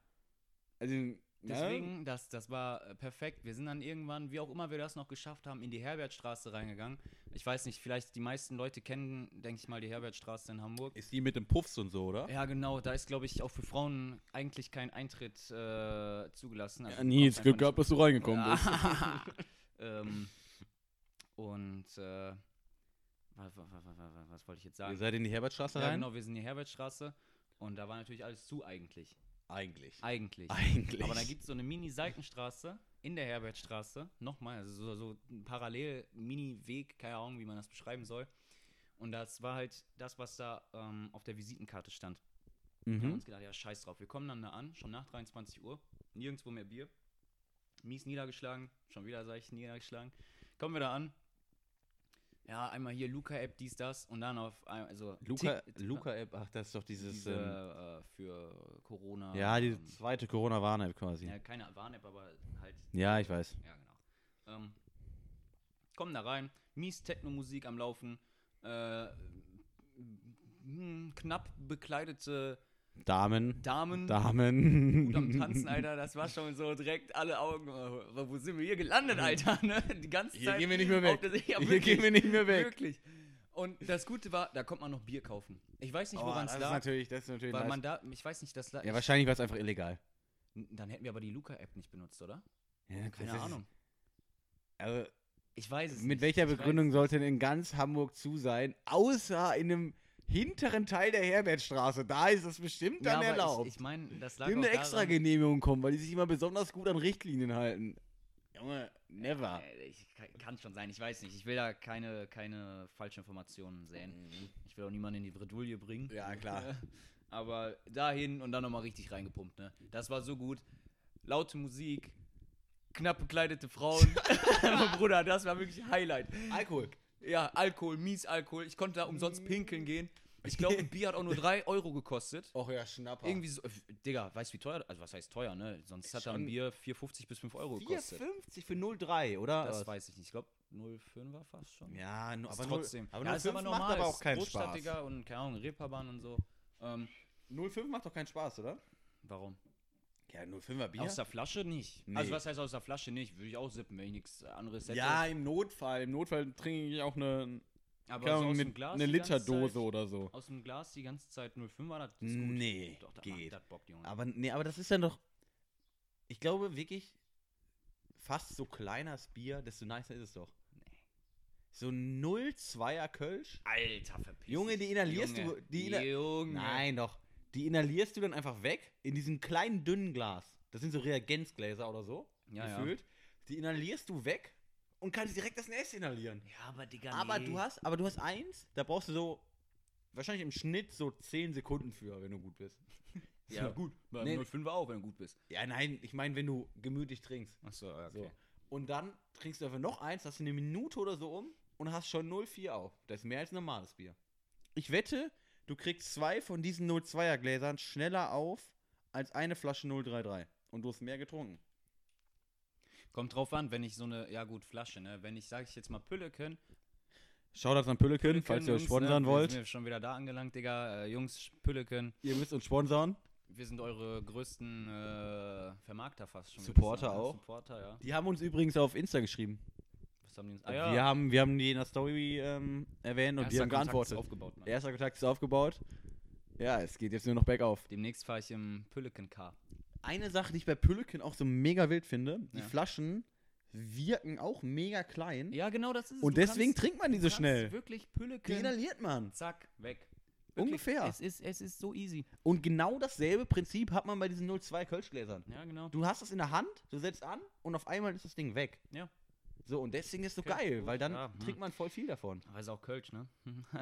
Also, ne? Deswegen, das, das war äh, perfekt. Wir sind dann irgendwann, wie auch immer wir das noch geschafft haben, in die Herbertstraße reingegangen. Ich weiß nicht, vielleicht die meisten Leute kennen, denke ich mal, die Herbertstraße in Hamburg. Ist die mit dem Puffs und so, oder? Ja, genau. Da ist, glaube ich, auch für Frauen eigentlich kein Eintritt äh, zugelassen. Also Ja, du Nils, kommst Glück einfach gehabt, dass du reingekommen bist. nicht- ähm, und äh, was, was wollte ich jetzt Ihr sagen? seid in die Herbertstraße Ja, rein? genau, wir sind in die Herbertstraße und da war natürlich alles zu eigentlich. Eigentlich. Eigentlich. Eigentlich. Aber da gibt es so eine Mini-Seitenstraße in der Herbertstraße. Nochmal, also so, so ein parallel Mini-Weg, keine Ahnung, wie man das beschreiben soll. Und das war halt das, was da ähm, auf der Visitenkarte stand. Wir haben mhm. uns gedacht, ja, scheiß drauf. Wir kommen dann da an, schon nach 23 Uhr, nirgendwo mehr Bier. Mies niedergeschlagen, schon wieder, sag ich, niedergeschlagen. Kommen wir da an. Ja, einmal hier Luca-App, dies, das und dann auf ein- also Luca, Tick- Luca App, ach, das ist doch dieses. diese, ähm, äh, für Corona. ja, diese ähm, zweite Corona-Warn-App quasi. ja, Ja. keine Warn-App, aber halt. ich weiß. Ja, genau. Ähm, kommen da rein, mies Techno-Musik am Laufen, äh, hm, knapp bekleidete Damen. Damen. Damen. gut am Tanzen, Alter. Das war schon so direkt alle Augen. äh, Wo sind wir hier gelandet, Alter? Ne? Die ganze Hier Zeit. gehen wir nicht mehr weg. auf der- ja, Hier wirklich, gehen wir nicht mehr weg. Wirklich. Und das Gute war, da konnte man noch Bier kaufen. Ich weiß nicht, Oh, woran das es ist lag. natürlich, das ist natürlich. Weil nice. man da, ich weiß nicht, das lag. ja, wahrscheinlich war es einfach illegal. Dann hätten wir aber die Luca-App nicht benutzt, oder? Keine Ja, das ist- Ahnung. Also, Ich weiß es mit nicht. welcher Ich weiß- Begründung sollte denn in ganz Hamburg zu sein, außer in einem hinteren Teil der Herbertstraße? Da ist es bestimmt ja, dann aber erlaubt. Ich, ich meine, das lag Die haben auch eine extra daran, Genehmigung kommen, weil die sich immer besonders gut an Richtlinien halten. Junge, never. Äh, Ich, kann- kann schon sein, ich weiß nicht. Ich will da keine, keine falschen Informationen sehen. Ich will auch niemanden in die Bredouille bringen. Ja, klar. Aber dahin und dann nochmal richtig reingepumpt, ne? Das war so gut. Laute Musik, knapp bekleidete Frauen. Aber Bruder, das war wirklich Highlight. Alkohol. Ja, Alkohol, mies Alkohol. Ich konnte da umsonst pinkeln gehen. Ich glaube, ein Bier hat auch nur 3 Euro gekostet. Och ja, Schnapper. Irgendwie so, äh, Digga, weißt du, wie teuer, also was heißt teuer, ne? Sonst hat da ein Schon. Bier 4,50 bis 5 Euro gekostet. 4,50 für 0,3, oder? Das Was? weiß ich nicht. Ich glaube, 0,5 war fast schon. ja, nu- Ist aber trotzdem. Null, aber ja, 0,5 ist aber normal. macht aber ist auch keinen Großstadt, Spaß. Digga, und keine Ahnung, Reeperbahn und so. Ähm, 0,5 macht doch keinen Spaß, oder? warum? Ja, 0,5er Bier. Aus der Flasche nicht. Nee. Also was heißt aus der Flasche nicht? Würde ich auch sippen, wenn ich nichts anderes hätte. ja, im Notfall. Im Notfall trinke ich auch eine, aber keine so Ahnung, aus mit- dem Glas eine die ganze Literdose Zeit, oder so. Aus dem Glas die ganze Zeit 05 war das ist gut. Nee, Doch, das geht. Macht, das bockt, Junge. Aber nee, aber das ist dann doch. Ich glaube wirklich, fast so kleiner das Bier, desto nicer ist es doch. So 0,2er Kölsch. Alter, verpiss Junge, die dich. inhalierst du- Junge. die inhal- Junge. Nein, doch. Die inhalierst du dann einfach weg in diesem kleinen dünnen Glas. Das sind so Reagenzgläser oder so. Ja, ja. gefühlt. Die inhalierst du weg und kannst direkt das nächste inhalieren. Ja, aber Digga, Aber nee. du hast, aber du hast eins, da brauchst du so wahrscheinlich im Schnitt so 10 Sekunden für, wenn du gut bist. Ja, So. gut. Bei Nee. 05 war auch, wenn du gut bist. Ja, nein, ich meine, wenn du gemütlich trinkst. Achso, So. okay. Und dann trinkst du einfach noch eins, hast du eine Minute oder so um und hast schon 0,4 auf. Das ist mehr als ein normales Bier. Ich wette, du kriegst zwei von diesen 0,2er Gläsern schneller auf als eine Flasche 0,33. Und du hast mehr getrunken. Kommt drauf an, wenn ich so eine, ja gut, Flasche, ne? Wenn ich, sag ich jetzt mal Pülleken, Schaut das an Pülleken, falls Pülleken, ihr euch Jungs, sponsern ne? Wir sind wollt. ja schon wieder da angelangt, Digga. Äh, Jungs, Pülleken, Ihr müsst uns sponsern. wir sind eure größten äh, Vermarkter fast schon. würd ich Supporter sagen, ne? auch. Supporter, ja. Die haben uns übrigens auf Insta geschrieben. Was haben die uns? Ah, Ah, Wir, haben, wir haben die in der Story ähm, erwähnt und die Erster haben Kontakt ist geantwortet. Aufgebaut, Mann. Erster Kontakt ist aufgebaut. Ja, es geht jetzt nur noch bergauf. Demnächst fahre ich im Pülleken Car. Eine Sache, die ich bei Pülleken auch so mega wild finde, die Ja. Flaschen wirken auch mega klein. Ja, genau, das ist es. und Du deswegen kannst, trinkt man die du so kannst schnell. Wirklich Die Pülleken. inhaliert man. Zack, weg. Ungefähr. Es ist, es ist so easy. Und genau dasselbe Prinzip hat man bei diesen 02 Kölschgläsern. Ja, genau. Du hast es in der Hand, du setzt an und auf einmal ist das Ding weg. Ja. So, und deswegen ist so Kölsch, geil, gut, weil dann ja, ne? trinkt man voll viel davon. Aber ist auch Kölsch, ne?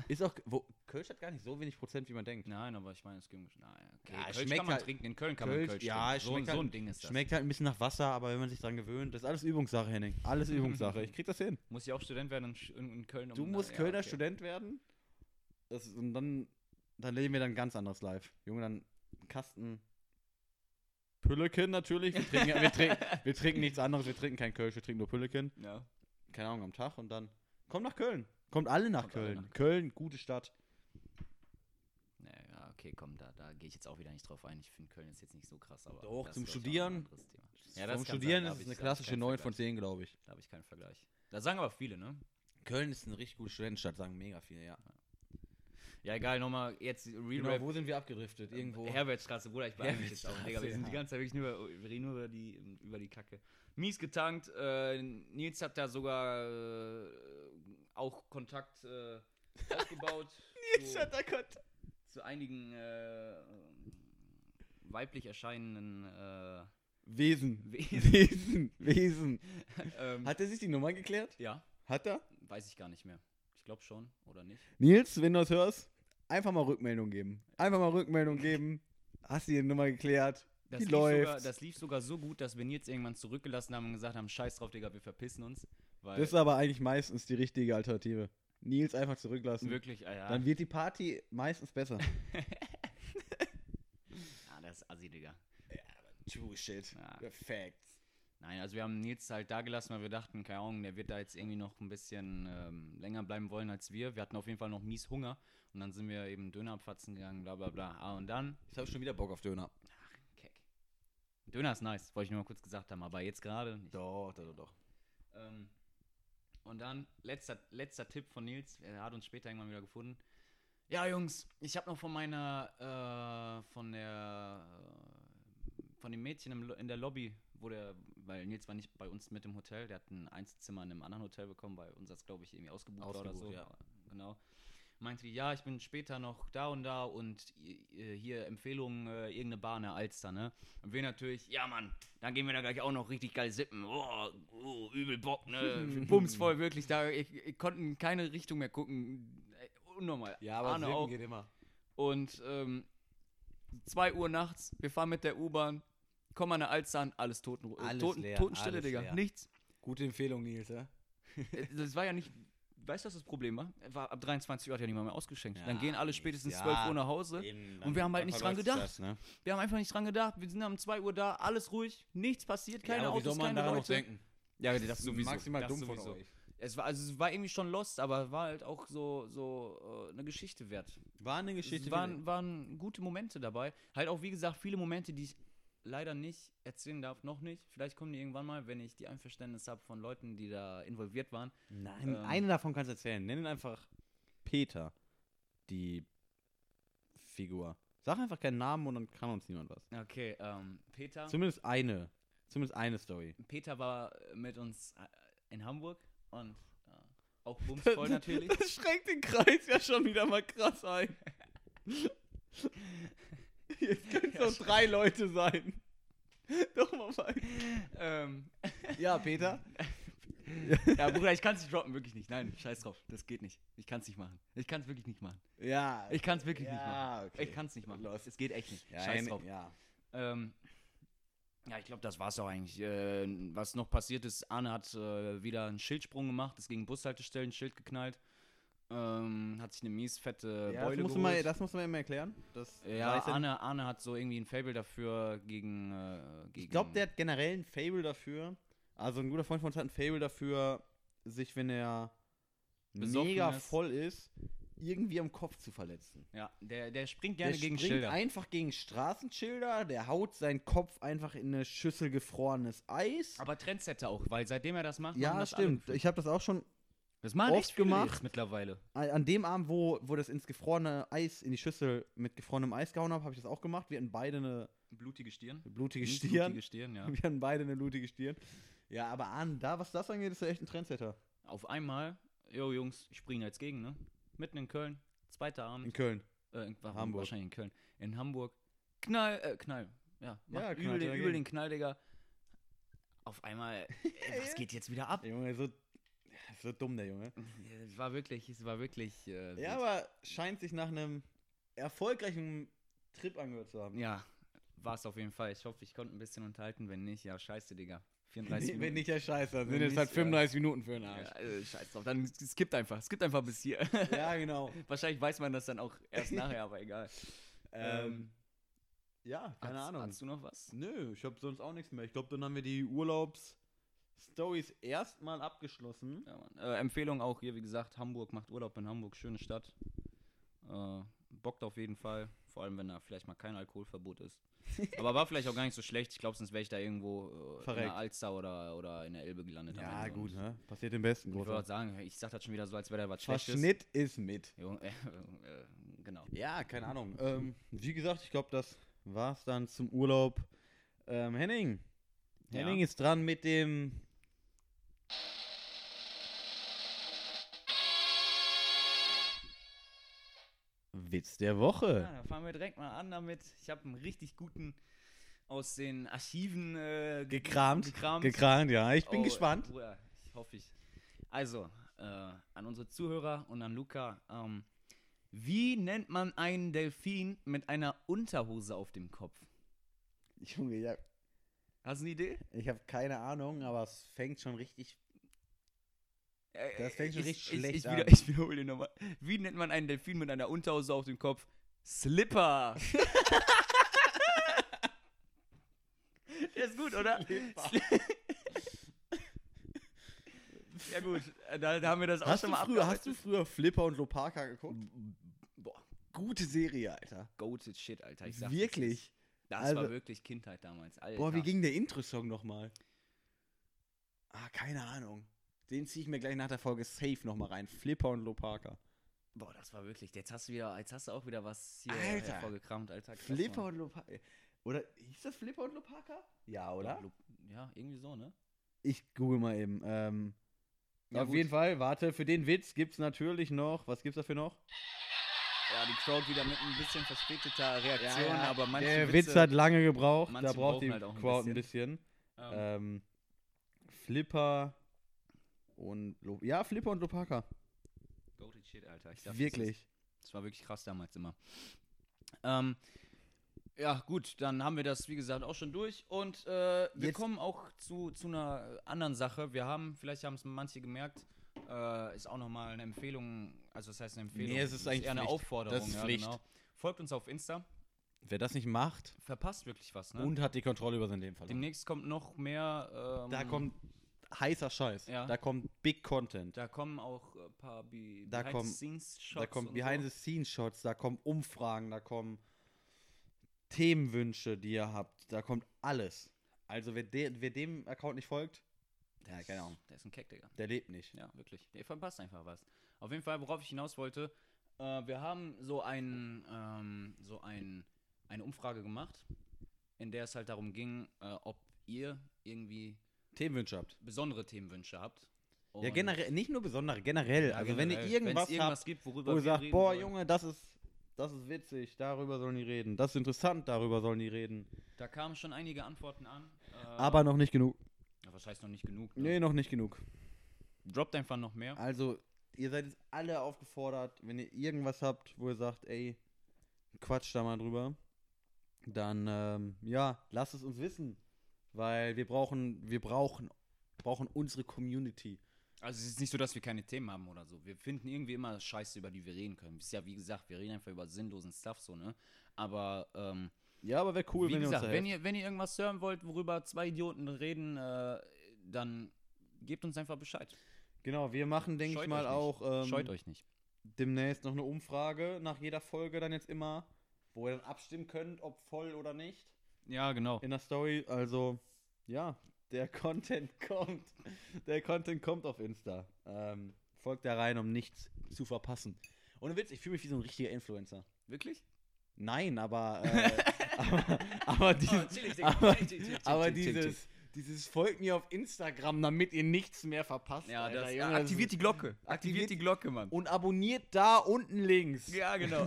Ist auch, wo, Kölsch hat gar nicht so wenig Prozent, wie man denkt. Nein, aber ich meine, es ging. Naja, okay. Ja, es Kölsch schmeckt kann man halt- trinken. In Köln kann man Kölsch ja, es trinken. So, ein- so schmeckt, halt, ein Ding ist das. schmeckt halt ein bisschen nach Wasser, aber wenn man sich dran gewöhnt, das ist alles Übungssache, Henning. Alles Übungssache. Ich krieg das hin. Muss ich auch Student werden in, Sch- in, in Köln? um- Du musst ja, Kölner okay. Student werden. Das, und dann, dann leben wir dann ein ganz anderes Live. Junge, dann Kasten. Pülleken natürlich. Wir trinken, wir, trinken, wir trinken nichts anderes. Wir trinken kein Kölsch, wir trinken nur Pülleken. Ja. Keine Ahnung, am Tag. Und dann kommt nach Köln. Kommt alle nach Kommt alle Köln. nach Köln, gute Stadt. Naja, okay, komm, da, da gehe ich jetzt auch wieder nicht drauf ein. Ich finde Köln ist jetzt nicht so krass, aber. Doch, das zum ist, glaub ich, auch Studieren. ein anderes Thema. Ja, das Vom kann sein, Studieren da ist hab es eine ich- da hab ich klassische keinen 9 von Vergleich. 10, glaube ich. Da habe ich keinen Vergleich. Da sagen aber viele, ne? Köln ist eine richtig gute Studentenstadt, sagen mega viele, ja. Ja, egal, nochmal jetzt Real Genau, Rap. wo sind wir abgedriftet? Irgendwo. Ähm, Herbertstraße, Bruder, ich beeile mich jetzt auch. Digga, wir Herbertstraße, sind die ja. ganze Zeit wirklich nur über, wir reden nur über die, über die Kacke. Mies getankt. Äh, Nils hat da sogar äh, auch Kontakt äh, aufgebaut. Nils zu, zu einigen äh, weiblich erscheinenden äh, Wesen. Wesen. Wesen. Wesen. ähm, Hat er sich die Nummer geklärt? ja, Hat er? weiß ich gar nicht mehr. Ich glaube schon, oder nicht? Nils, wenn du das hörst, einfach mal Rückmeldung geben. Einfach mal Rückmeldung geben. Hast du die Nummer geklärt? Das Die lief, läuft. sogar, das lief sogar so gut, dass wir Nils irgendwann zurückgelassen haben und gesagt haben, scheiß drauf, Digga, wir verpissen uns. Weil Das ist aber eigentlich meistens die richtige Alternative. Nils einfach zurücklassen. wirklich, ah, ja. Dann wird die Party meistens besser. Ah, das ist assi, Digga. True shit. Ja. Perfekt. Nein, also wir haben Nils halt da gelassen, weil wir dachten, keine Ahnung, der wird da jetzt irgendwie noch ein bisschen ähm, länger bleiben wollen als wir. Wir hatten auf jeden Fall noch mies Hunger. Und dann sind wir eben Döner abfatzen gegangen, bla bla bla. Ah, und dann, Jetzt habe ich schon wieder Bock auf Döner. keck. Döner ist nice, wollte ich nur mal kurz gesagt haben, aber jetzt gerade nicht. Doch, doch, doch, doch. Ähm, und dann, letzter, letzter Tipp von Nils, er hat uns später irgendwann wieder gefunden. Ja, Jungs, ich habe noch von meiner, äh, von der, äh, von dem Mädchen im, Lo- in der Lobby, wo der, weil Nils war nicht bei uns mit im Hotel, der hat ein Einzelzimmer in einem anderen Hotel bekommen, weil unseres, glaube ich, irgendwie ausgebucht, war oder so. Ausgebucht, ja. Genau. Meinte die, ja, ich bin später noch da und da und äh, hier Empfehlungen, äh, irgendeine Bar in der Alster, ne? Und wir natürlich, ja Mann, dann gehen wir da gleich auch noch richtig geil sippen. Oh, oh übel Bock, Hm. ne? Bumsvoll, wirklich. Da ich, ich konnten in keine Richtung mehr gucken. Ey, Unnormal. Arne auch. immer. Und ähm, 2 Uhr nachts, wir fahren mit der U-Bahn, kommen an der Alster an, alles, toten, äh, Alles toten, leer, Totenstille, alles Digga. leer. Nichts. Gute Empfehlung, Nils, ja? Äh, Das war ja nicht. Weißt du, was das Problem war? war ab 23 Uhr hat ja niemand mehr ausgeschenkt. dann Ja, gehen alle nix. spätestens Ja, 12 Uhr nach Hause. Und wir haben halt nicht dran gedacht. ne? Wir haben einfach nicht dran gedacht. Wir sind um 2 Uhr da, alles ruhig, nichts passiert, keine aber wie Autos, soll man keine daran Leute. noch denken? Ja, das, Das ist sowieso. maximal das dumm sowieso. von euch. Es war, also es war irgendwie schon lost, aber war halt auch so, so äh, eine Geschichte wert. War eine es waren, waren gute Momente dabei. Halt auch, wie gesagt, viele Momente, die ich leider nicht erzählen darf, noch nicht. Vielleicht kommen die irgendwann mal, wenn ich die Einverständnis habe von Leuten, die da involviert waren. Nein, Ähm, eine davon kannst du erzählen. Nenn ihn einfach Peter, die Figur. Sag einfach keinen Namen und dann kann uns niemand was. Okay, ähm, Peter. Zumindest eine. Zumindest eine Story. Peter war mit uns äh, in Hamburg und äh, auch bumsvoll natürlich. Das schränkt den Kreis ja schon wieder mal krass ein. Jetzt können es Ja, doch drei Leute sein. Doch mal weiter. ähm, Ja, Peter. ja, Bruder, ich kann es nicht droppen, wirklich nicht. Nein, scheiß drauf, das geht nicht. Ich kann es nicht machen. Ich kann es wirklich nicht machen. Ja. Ich kann es wirklich nicht machen. ja, okay. Ich kann es nicht machen. Los. Es geht echt nicht. ja, Scheiß Henning- drauf. Ja. Ähm, ja, ich glaube, das war's auch eigentlich. Äh, was noch passiert ist, Arne hat äh, wieder einen Schildsprung gemacht, ist gegen Bushaltestellen ein Schild geknallt, ähm, hat sich eine mies fette Ja, das, Beule musst du geholt. mal, das musst du mir immer erklären. Das Äh, ja, weiß er Arne, Arne hat so irgendwie ein Fable dafür gegen. Äh, gegen Ich glaube, der hat generell ein Fable dafür. Also ein guter Freund von uns hat ein Fable dafür, sich, wenn er Besoffen mega ist. voll ist, irgendwie am Kopf zu verletzen. Ja, der, der springt gerne der gegen springt Schilder. einfach gegen Straßenschilder, der haut seinen Kopf einfach in eine Schüssel gefrorenes Eis. Aber Trendsetter auch, weil seitdem er das macht, machen ja, das alle stimmt. gefühlt. Ich habe das auch schon Das machen echt oft viele gemacht. jetzt mittlerweile. an an dem Abend, wo, wo das ins gefrorene Eis, in die Schüssel mit gefrorenem Eis gehauen habe, habe ich das auch gemacht. Wir hatten beide eine Blutige Stirn. blutige Mies Stirn. Blutige Stirn, ja. Wir hatten beide eine blutige Stirn. Ja, aber an, da, was das angeht, ist er echt ein Trendsetter. Auf einmal, jo Jungs, ich springe jetzt gegen, ne? Mitten in Köln, zweiter Abend. In Köln. äh, in, warum, Hamburg. wahrscheinlich in Köln, in Hamburg, Knall, äh, Knall, ja, macht Ja, knallt übel, den, dagegen. übel den Knall, Digga. auf einmal, ey, was geht jetzt wieder ab? Junge, so, so dumm, der Junge. Es war wirklich, es war wirklich. Äh, Ja, wild. aber scheint sich nach einem erfolgreichen Trip angehört zu haben. ja war es auf jeden Fall. Ich hoffe, ich konnte ein bisschen unterhalten. Wenn nicht, ja, scheiße, Digga. 34 wenn Minuten. nicht der Scheiße, dann Wenn sind es nicht, halt ja. 35 Minuten für den Ja, Arsch. äh, scheiß drauf, dann skippt einfach, skippt einfach bis hier. Ja, genau. Wahrscheinlich weiß man das dann auch erst nachher, aber egal. ähm, ja, keine hast, Ahnung. Hast du noch was? Nö, ich habe sonst auch nichts mehr. Ich glaube, dann haben wir die Urlaubs-Stories erstmal abgeschlossen. Ja, Mann. Äh, Empfehlung auch hier, wie gesagt, Hamburg macht Urlaub in Hamburg, schöne Stadt. Äh, bockt auf jeden Fall, vor allem wenn da vielleicht mal kein Alkoholverbot ist. Aber war vielleicht auch gar nicht so schlecht. Ich glaube, sonst wäre ich da irgendwo äh, in Verreckt. der Alster oder, oder in der Elbe gelandet. am Ende. Und ne? Passiert im Besten, Ich würde auch sagen, ich sag das schon wieder so, als wäre da was Schlechtes. Verschnitt ist mit. Junge, äh, äh, genau. Ja, keine Ahnung. Ähm, wie gesagt, ich glaube, das war's dann zum Urlaub. Ähm, Henning. Ja. Henning ist dran mit dem. Witz der Woche. Ja, da fangen wir direkt mal an damit. Ich habe einen richtig guten aus den Archiven äh, ge- Gekramt. Gekramt. Gekramt, ja. Ich bin Oh, gespannt. Bruder, ich hoffe ich. Also, äh, an unsere Zuhörer und an Luca. Ähm, wie nennt man einen Delfin mit einer Unterhose auf dem Kopf? Junge, ja, Hast du eine Idee? ich habe keine Ahnung, aber es fängt schon richtig. Äh, Das fängt schon ich, richtig ich, schlecht ich, an. Wieder, ich wiederhole den nochmal. Wie nennt man einen Delfin mit einer Unterhose auf dem Kopf? Slipper. Der ist gut, oder? Slipper. ja gut, äh, da, da haben wir das auch Hast schon du, mal früher, abgearbeitet. hast du früher Flipper und Lopaka geguckt? Boah, Gute Serie, Alter. goated shit, Alter. Ich sag's, Wirklich. Das Also- war wirklich Kindheit damals. Alter. Boah, wie ging der Intro-Song nochmal? Ah, keine Ahnung. Den ziehe ich mir gleich nach der Folge safe nochmal rein. Flipper und Lopaka. Boah, das war wirklich. Jetzt hast du wieder, jetzt hast du auch wieder was hier Alter. hervorgekramt, Alter. krass, Flipper Mann. und Lopaka. Oder hieß das Flipper und Lopaka? Ja, Ja, oder? Lu- Ja, irgendwie so, ne? Ich google mal eben. Ähm, Ja, auf gut. jeden Fall, warte, für den Witz gibt's natürlich noch. Was gibt's dafür noch? Ja, die Crowd wieder mit ein bisschen verspäteter Reaktion, aber manche der Witze, Witz hat lange gebraucht. Da manche braucht die brauchen halt auch ein Crowd ein bisschen. ähm, Ähm, Flipper und Lo ja, Flipper und Lopaka. Goated Shit, Alter. Ich dachte, Wirklich. Das, das war wirklich krass damals immer. Ähm, ja, gut, dann haben wir das, wie gesagt, auch schon durch. Und äh, wir Jetzt- kommen auch zu, zu einer anderen Sache. Wir haben, vielleicht haben es manche gemerkt, äh, ist auch nochmal eine Empfehlung, also das heißt eine Empfehlung, Nee, es ist eigentlich eher eine Pflicht. Aufforderung. Das ist ja, Pflicht. Genau. Folgt uns auf Insta, Wer das nicht macht verpasst wirklich was, ne? und hat die Kontrolle über sein Leben verloren. Demnächst kommt noch mehr. Ähm, Da kommt heißer Scheiß. Ja. Da kommt Big Content. Da, Da kommen auch ein paar Be Da kommen- Behind-the-Scenes-Shots. kommen und Behind-the-Scenes-Shots, da kommen Umfragen, da kommen Themenwünsche, die ihr habt. Da kommt alles. Also wer, de wer dem Account nicht folgt, so. ja, keine Ahnung. Der ist ein Keck, Digga. der lebt nicht. Ja, wirklich. Der verpasst einfach was. Auf jeden Fall, worauf ich hinaus wollte, äh, wir haben so ein, ähm, so ein, eine Umfrage gemacht, in der es halt darum ging, äh, ob ihr irgendwie Themenwünsche habt. besondere Themenwünsche habt. ja, Und- generell, nicht nur besondere, generell. Ja, also wenn generell. ihr irgendwas, Wenn's irgendwas habt, gibt, wo worüber ihr wir sagt, reden boah, sollen, Junge, das ist, das ist witzig, darüber sollen die reden. Das ist interessant, darüber sollen die reden. Da kamen schon einige Antworten an. äh, Aber noch nicht genug. ja, Was heißt noch nicht genug? Ne? Nee, noch nicht genug. Droppt einfach noch mehr. Also, ihr seid jetzt alle aufgefordert, wenn ihr irgendwas habt, wo ihr sagt, ey, quatsch da mal drüber, dann, ähm, ja, lasst es uns wissen. Weil wir brauchen, wir brauchen, brauchen unsere Community. Also es ist nicht so, dass wir keine Themen haben oder so. Wir finden irgendwie immer Scheiße, über die wir reden können. Ist ja, wie gesagt, wir reden einfach über sinnlosen Stuff so, ne? Aber, ähm, Ja, aber wäre cool, wie wenn gesagt, ihr uns da wenn, helft. ihr, wenn ihr irgendwas hören wollt, worüber zwei Idioten reden, äh, dann gebt uns einfach Bescheid. Genau, wir machen, denke ich Scheut mal, euch nicht. auch ähm, Scheut euch nicht. demnächst noch eine Umfrage nach jeder Folge dann jetzt immer, wo ihr dann abstimmen könnt, ob voll oder nicht. Ja, genau. in der Story. Also, ja, der Content kommt. Der Content kommt auf Insta. Ähm, folgt da rein, um nichts zu verpassen. Ohne Witz, ich fühle mich wie so ein richtiger Influencer. Wirklich? Nein, aber. Äh, aber aber, dieses- chillig, Digga. aber, Ah, Chill, chill, chill, chill, chill, aber chill, dieses, Dieses folgt mir auf Instagram, damit ihr nichts mehr verpasst. Ja, Alter, das, Junge, das aktiviert ist- die Glocke. Aktiviert- Aktiviert die Glocke, Mann. Und abonniert da unten links. Ja, genau.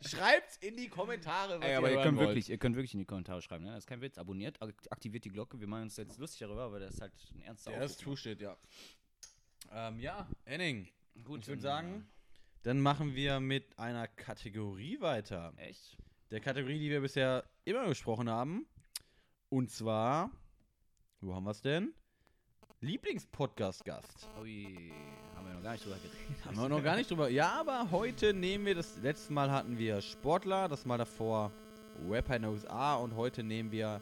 Schreibt's in die Kommentare, was Ey, aber ihr hören könnt, wollt. wirklich, ihr könnt wirklich in die Kommentare schreiben, ne? Das ist kein Witz. Abonniert, ak- aktiviert die Glocke. Wir machen uns jetzt lustig darüber, aber das ist halt ein ernster Ja, das ist Aufruf. True Shit, ja. Ähm, ja, Henning. Gut, Ich würde ähm, sagen, dann machen wir mit einer Kategorie weiter. Echt? Der Kategorie, die wir bisher immer gesprochen haben. Und zwar, wo haben wir es denn? Lieblingspodcast-Gast. Ui, haben wir noch gar nicht drüber geredet. Haben wir noch gar nicht drüber. Ja, aber heute nehmen wir das. Letztes Mal hatten wir Sportler, das Mal davor Rapper in den USA und heute nehmen wir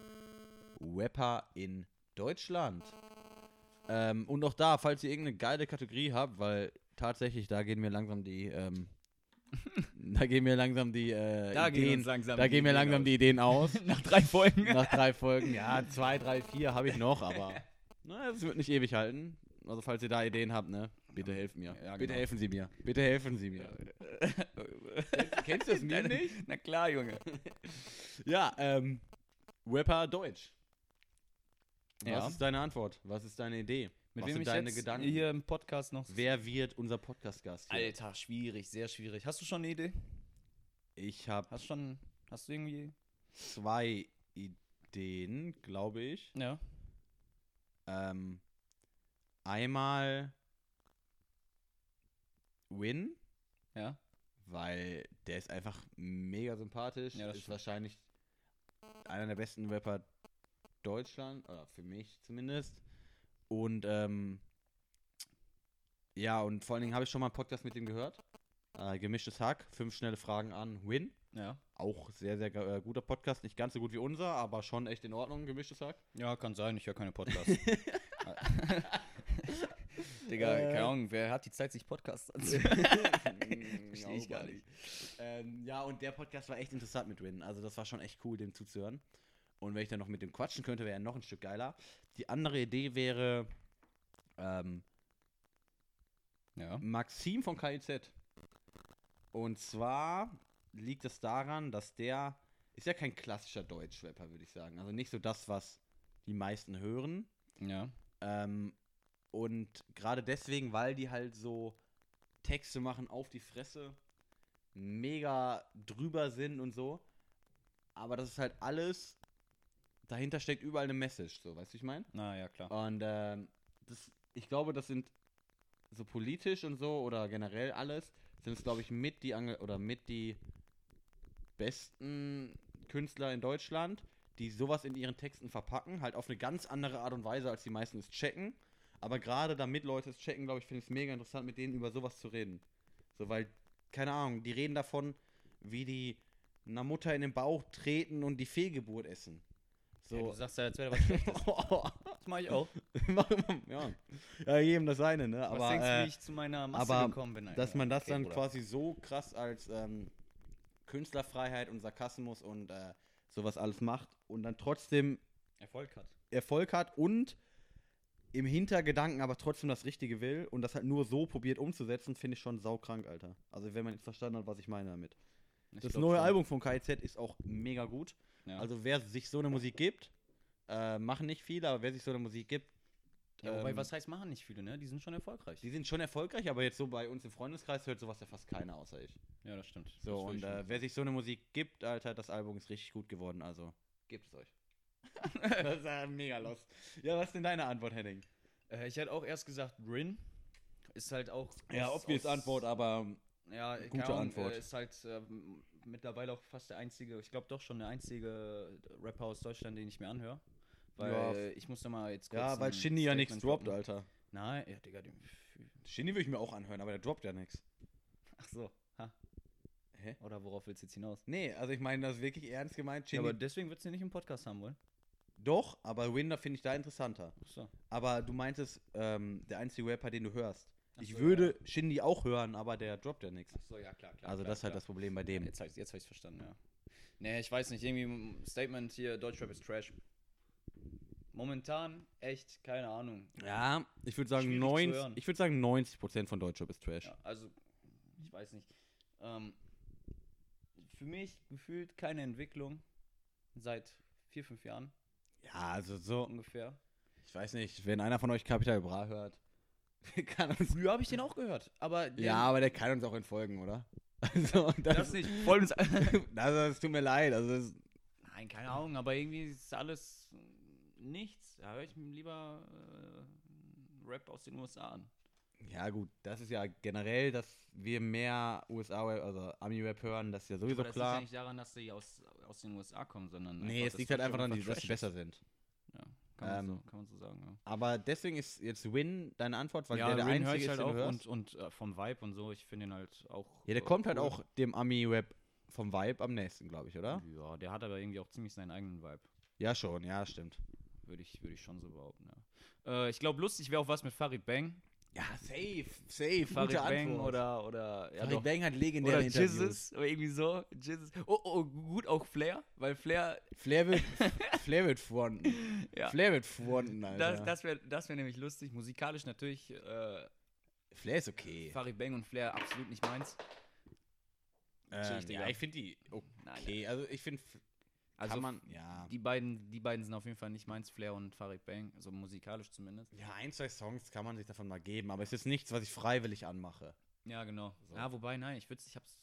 Rapper in Deutschland. Ähm, und auch da, falls ihr irgendeine geile Kategorie habt, weil tatsächlich da gehen mir langsam die. Ähm, da gehen mir langsam die äh, Da gehen Ideen. uns langsam da die gehen mir Ideen langsam aus. die Ideen aus. Nach drei Folgen. Nach drei Folgen, ja, zwei, drei, vier habe ich noch, aber na, das wird nicht ewig halten. Also falls ihr da Ideen habt, ne, bitte helft mir. Ja, Bitte genau. helfen Sie mir. Bitte helfen Sie mir. Kennst du das Meme Deine- nicht? Na klar, Junge. Ja, ähm, Rapper Deutsch. Was Ja. ist deine Antwort? Was ist deine Idee? Mit Was wem sind ich deine jetzt Gedanken? hier im Podcast noch. Wer wird unser Podcast-Gast? hier? Alter, schwierig, sehr schwierig. Hast du schon eine Idee? Ich habe Hast schon. Hast du irgendwie. zwei Ideen, glaube ich. Ja. Ähm, einmal Win, Ja. weil der ist einfach mega sympathisch. Ja, das ist stimmt. wahrscheinlich einer der besten Rapper Deutschland, oder für mich zumindest. Und ähm, ja, und vor allen Dingen habe ich schon mal einen Podcast mit ihm gehört. Äh, gemischtes Hack, fünf schnelle Fragen an Win. Ja. Auch sehr, sehr ge- äh, guter Podcast. Nicht ganz so gut wie unser, aber schon echt in Ordnung, gemischtes Hack. Ja, kann sein, ich höre keine Podcasts. Digga, Äh. keine Ahnung, wer hat die Zeit, sich Podcasts anzuhören? Versteh ich gar nicht. Ähm, ja, und der Podcast war echt interessant mit Win. Also das war schon echt cool, dem zuzuhören. Und wenn ich dann noch mit dem quatschen könnte, wäre er noch ein Stück geiler. Die andere Idee wäre ähm, Ja. Maxim von KIZ. Und zwar liegt es daran, dass der ist ja kein klassischer Deutschrapper, würde ich sagen. Also nicht so das, was die meisten hören. Ja. Ähm, und gerade deswegen, weil die halt so Texte machen auf die Fresse, mega drüber sind und so. Aber das ist halt alles, dahinter steckt überall eine Message, so, weißt du, ich meine? Na ja, klar. Und ähm, das, ich glaube, das sind so politisch und so oder generell alles, sind es, glaube ich, mit die Ange oder mit die besten Künstler in Deutschland, die sowas in ihren Texten verpacken, halt auf eine ganz andere Art und Weise, als die meisten es checken. Aber gerade damit Leute es checken, glaube ich, finde ich es mega interessant, mit denen über sowas zu reden. So, weil, keine Ahnung, die reden davon, wie die einer Mutter in den Bauch treten und die Fehlgeburt essen. So. Ey, du sagst ja, als wäre da was Schlechtes. Das mach ich auch. ja. ja, jedem das eine, ne? was Aber denkst du, äh, wie ich zu meiner Masse aber, gekommen bin? dass Alter? man das dann Bruder. quasi so krass als ähm, Künstlerfreiheit und Sarkasmus und äh, sowas alles macht und dann trotzdem Erfolg hat. Erfolg hat und im Hintergedanken aber trotzdem das Richtige will und das halt nur so probiert umzusetzen, finde ich schon saukrank, Alter. Also wenn man jetzt verstanden hat, was ich meine damit. Ich das glaub neue schon. Album von KIZ ist auch mega gut. Ja. Also wer sich so eine Musik gibt, äh, machen nicht viele, aber wer sich so eine Musik gibt, ja, wobei, ähm, was heißt machen nicht viele, ne? Die sind schon erfolgreich. Die sind schon erfolgreich, aber jetzt so bei uns im Freundeskreis hört sowas ja fast keiner außer ich. ja, das stimmt. Das will So, und ich äh, schon. wer sich so eine Musik gibt, Alter, das Album ist richtig gut geworden, also gebt es euch. das ist ja mega los. Ja, was ist denn deine Antwort, Henning? äh, ich hätte auch erst gesagt, Rin ist halt auch. aus- aus- aber. Ja, keine Gute Ahnung, Antwort. Äh, ist halt ähm, mittlerweile auch fast der einzige, ich glaube doch schon der einzige Rapper aus Deutschland, den ich mir anhöre. Weil Ja. äh, ich muss noch mal jetzt kurz. Ja, weil ein Shindy ja nichts Statement droppt, droppen. Alter. Nein, ja, Digga, dem. Shindy würde ich mir auch anhören, aber der droppt ja nichts. Ach so. Ha. Hä? Oder worauf willst du jetzt hinaus? Nee, also ich meine, das ist wirklich ernst gemeint. Ja, Shindy, aber deswegen würdest du ihn nicht im Podcast haben wollen. doch, aber Winder finde ich da interessanter. Ach so. Aber du meintest, ähm, der einzige Rapper, den du hörst. Ach Ich so, würde Shindy auch hören, aber der droppt ja nichts. Ach so, ja, klar, klar. Also klar, das ist halt klar. das Problem bei dem. Jetzt habe ich es verstanden, ja. Nee, ich weiß nicht, irgendwie ein Statement hier, Deutschrap ist Trash. Momentan echt, keine Ahnung. Ja, ich würde sagen, Schwierig zu 90, hören. ich würd sagen 90 Prozent von Deutschrap ist Trash. Ja, also, ich weiß nicht. Ähm, für mich gefühlt keine Entwicklung seit vier, fünf Jahren Ja, also so. ungefähr. Ich weiß nicht, wenn einer von euch Capital Bra hört, kann uns. Früher habe ich den auch gehört, aber der- Ja, aber der kann uns auch entfolgen, oder? Also, das nicht. Voll ins- Das, es tut mir leid. Also, das, Nein, keine Ahnung, aber irgendwie ist alles nichts. Da höre ich mir lieber äh, Rap aus den USA an. ja, gut, das ist ja generell, dass wir mehr USA-Rap, also Ami-Rap hören, das ist ja sowieso aber das liegt ja klar. nicht daran, dass sie aus, aus den USA kommen, sondern nee, es dass liegt halt Deutschland einfach daran, voll dass sie trash ist. besser sind. Ja, kann man, Ähm, so, kann man so sagen, ja. Aber deswegen ist jetzt Win deine Antwort, weil ja, der, der Rin einzige hör ich ist, halt den du auch hörst. und, und äh, vom Vibe und so, ich finde ihn halt auch. ja, der äh, kommt halt cool. auch dem Ami-Rap vom Vibe am nächsten, glaube ich, oder? Ja, der hat aber irgendwie auch ziemlich seinen eigenen Vibe. Ja, schon, ja, stimmt. Würde ich, würde ich schon so behaupten, ja. Äh, ich glaube, lustig wäre auch was mit Farid Bang. Ja, safe, safe. Farid gute Bang Antwort. oder, oder ja, Farid doch. Bang hat legendäre oder Interviews. Jizzes oder irgendwie so. Jizzes. Oh, oh, gut, auch Flair, weil Flair, Flair wird, Flair wird fronten. Ja. Flair wird fronten, Alter. das, das wäre das wär nämlich lustig. Musikalisch natürlich äh, Flair ist okay. Farid Bang und Flair absolut nicht meins. Ähm, Digga. ja, ich finde die Nein, okay. Also ich finde, Also kann man, ja. die beiden, die beiden sind auf jeden Fall nicht meins, Flair und Farid Bang, also musikalisch zumindest. Ja, ein, zwei Songs kann man sich davon mal geben, aber es ist nichts, was ich freiwillig anmache. Ja, genau. So. Ja, wobei, nein, ich würde ich hab's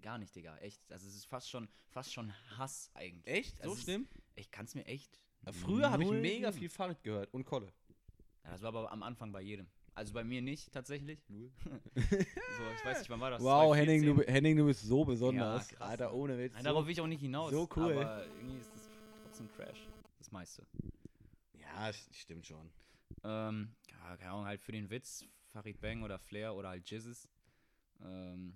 gar nicht, Digga. Echt. Also es ist fast schon, fast schon Hass eigentlich. Echt? Das so ist- schlimm? Ich kann's mir echt. Früher habe ich null mega geben. viel Farid gehört und Kolle. Ja, das war aber am Anfang bei jedem. Also bei mir nicht tatsächlich. So, ich weiß nicht, wann war das? Wow, Henning du, 2014? bi- Henning, du bist so besonders. Ja, krass, Alter, ne? ohne Witz. Nein, darauf will ich auch nicht hinaus. so cool. Aber irgendwie ist das trotzdem Trash. Das meiste. Ja, s- stimmt schon. Ähm, ja, keine Ahnung, halt für den Witz, Farid Bang oder Flair oder halt Jizzes. Ähm,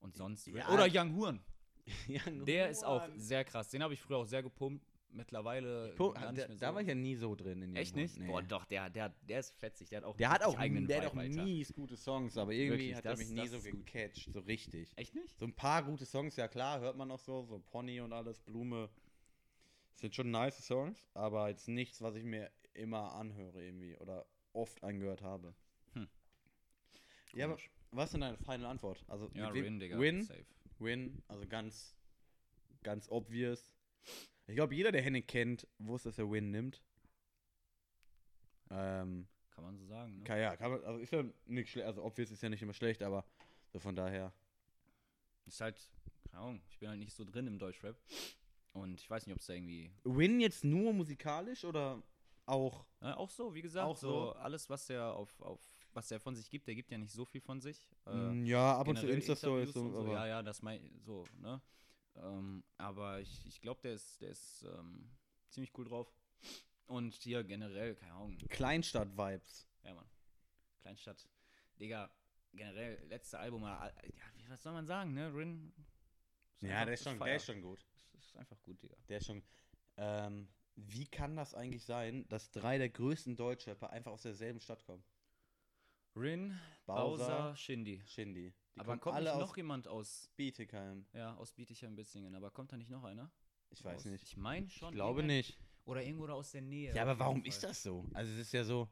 und sonst. Ja. halt oder Young Huren. Ja, Der ist auch Mann. sehr krass. Den habe ich früher auch sehr gepumpt. Mittlerweile. Pu- gar da, nicht mehr so. da war ich ja nie so drin in Echt Jungen, nicht? Nee. Boah, doch, der, der, der ist fetzig. Der hat auch. Der hat richtig auch, der hat auch Vibe, Alter. nie gute Songs, aber irgendwie Wirklich, hat er das- mich das nie so ist gut. gecatcht, so richtig. Echt nicht? So ein paar gute Songs, ja klar, hört man noch so, so Pony und alles, Blume. Sind schon nice Songs, aber jetzt nichts, was ich mir immer anhöre irgendwie oder oft angehört habe. Hm. Ja, aber Komisch. was ist denn deine final Antwort? Also Ja, mit wem- Rin, Digga. Win, Safe. Win, also ganz, ganz obvious. Ich glaube, jeder, der Henning kennt, wusste, dass er Win nimmt. Ähm, Kann man so sagen, ne? kann, ja, kann man, also ist ja nicht schlecht, also obvious ist ja nicht immer schlecht, aber so von daher. Ist halt. Keine Ahnung. Ich bin halt nicht so drin im Deutschrap. Und ich weiß nicht, ob es da irgendwie Win jetzt nur musikalisch oder auch? Na, ne, auch so, wie gesagt, Auch so, so. alles, was der auf, auf was der von sich gibt, der gibt ja nicht so viel von sich. Äh, Mm, ja, ab und zu generell Insta-Stories. Interviews und So, so. aber Ja, ja, das mein so, ne? Ähm, aber ich, ich glaube, der ist, der ist ähm, ziemlich cool drauf. Und hier generell, keine Ahnung, Kleinstadt-Vibes. ja Mann. Kleinstadt. Digga, generell, letzte Album, ja, wie- was soll man sagen, ne? Rin. Ja, der ist, schon, der Fire. ist schon gut. Das ist einfach gut, Digga. Der ist schon. Ähm, wie kann das eigentlich sein, dass drei der größten Deutschrapper einfach aus derselben Stadt kommen? Rin, Bowser, Bowser, Shindy. Shindy. Die Aber kommen kommt alle nicht aus noch jemand aus Bietigheim. Ja, aus Bietigheim-Bissingen. Aber kommt da nicht noch einer? Ich weiß aus, nicht. Ich meine schon. Ich glaube irgendein- nicht. Oder irgendwo da aus der Nähe. Ja, aber auf jeden warum Fall. ist das so? Also es ist ja so.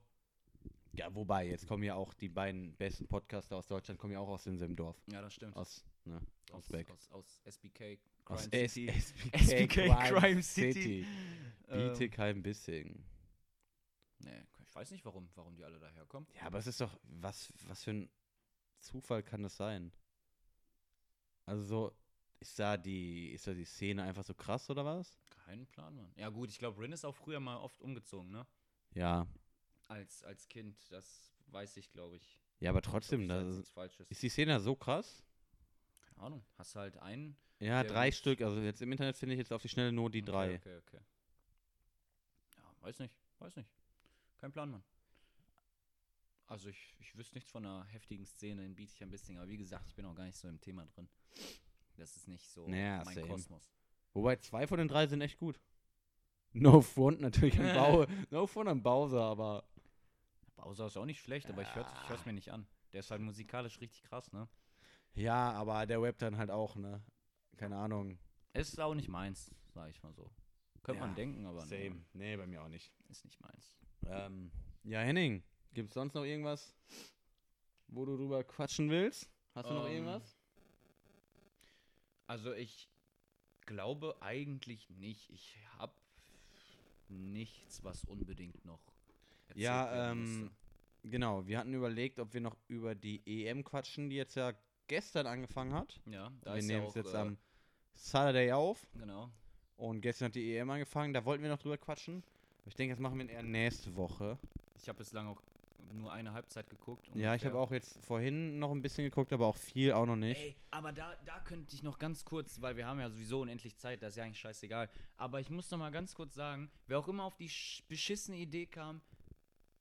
Ja, wobei, jetzt kommen ja auch die beiden besten Podcaster aus Deutschland, kommen ja auch aus demselben Dorf. Ja, das stimmt. Aus, ne, aus, aus, Beck. aus, aus SBK. Aus Crime S- City. SBK, SBK Crime City. Ähm, Bietigheim-Bissingen. Nee, ich weiß nicht, warum, warum die alle daherkommen. Ja, aber es ist doch, was, was für ein Zufall kann das sein? Also so, ist da die, ist da die Szene einfach so krass oder was? Keinen Plan, Mann. Ja, gut, ich glaube, Rin ist auch früher mal oft umgezogen, ne? Ja. Als, als Kind. Das weiß ich, glaube ich. Ja, aber Ich glaub, trotzdem, ich da sag jetzt ist, nichts Falsches. ist die Szene da so krass? Keine Ahnung. Hast halt einen. Ja, Der drei muss- Stück. Also jetzt im Internet finde ich jetzt auf die schnelle nur die Okay, drei. Okay, okay. Ja, weiß nicht, weiß nicht. Kein Plan, Mann. Also ich, ich wüsste nichts von einer heftigen Szene in Bietigheim Bissing, aber wie gesagt, ich bin auch gar nicht so im Thema drin. Das ist nicht so Naja, mein same. Kosmos. Wobei zwei von den drei sind echt gut. No Front natürlich an Bau. No Front an Bowser, aber. Bowser ist auch nicht schlecht, aber ich höre ich hör's mir nicht an. Der ist halt musikalisch richtig krass, ne? Ja, aber der Web dann halt auch, ne? Keine Ahnung. Ist auch nicht meins, sag ich mal so. Könnte Ja, man denken, aber nee, Nee, bei mir auch nicht. ist nicht meins. Ähm, ja, Henning, gibt's sonst noch irgendwas, wo du drüber quatschen willst? Hast du noch Ähm, irgendwas? Also ich glaube eigentlich nicht. Ich habe nichts, was unbedingt noch erzählt Ja, werden ähm, müsste. genau. Wir hatten überlegt, ob wir noch über die EM quatschen, die jetzt ja gestern angefangen hat. ja, da wir ist nehmen ja es auch, jetzt äh, am Saturday auf genau. und gestern hat die EM angefangen. Da wollten wir noch drüber quatschen. Aber Ich denke, das machen wir eher nächste Woche. Ich habe bislang auch nur eine Halbzeit geguckt. Ja, ich ungefähr. habe auch jetzt vorhin noch ein bisschen geguckt, aber auch viel auch noch nicht. Ey, aber da, da könnte ich noch ganz kurz, weil wir haben ja sowieso unendlich Zeit, das ist ja eigentlich scheißegal. Aber ich muss noch mal ganz kurz sagen, wer auch immer auf die sch- beschissene Idee kam,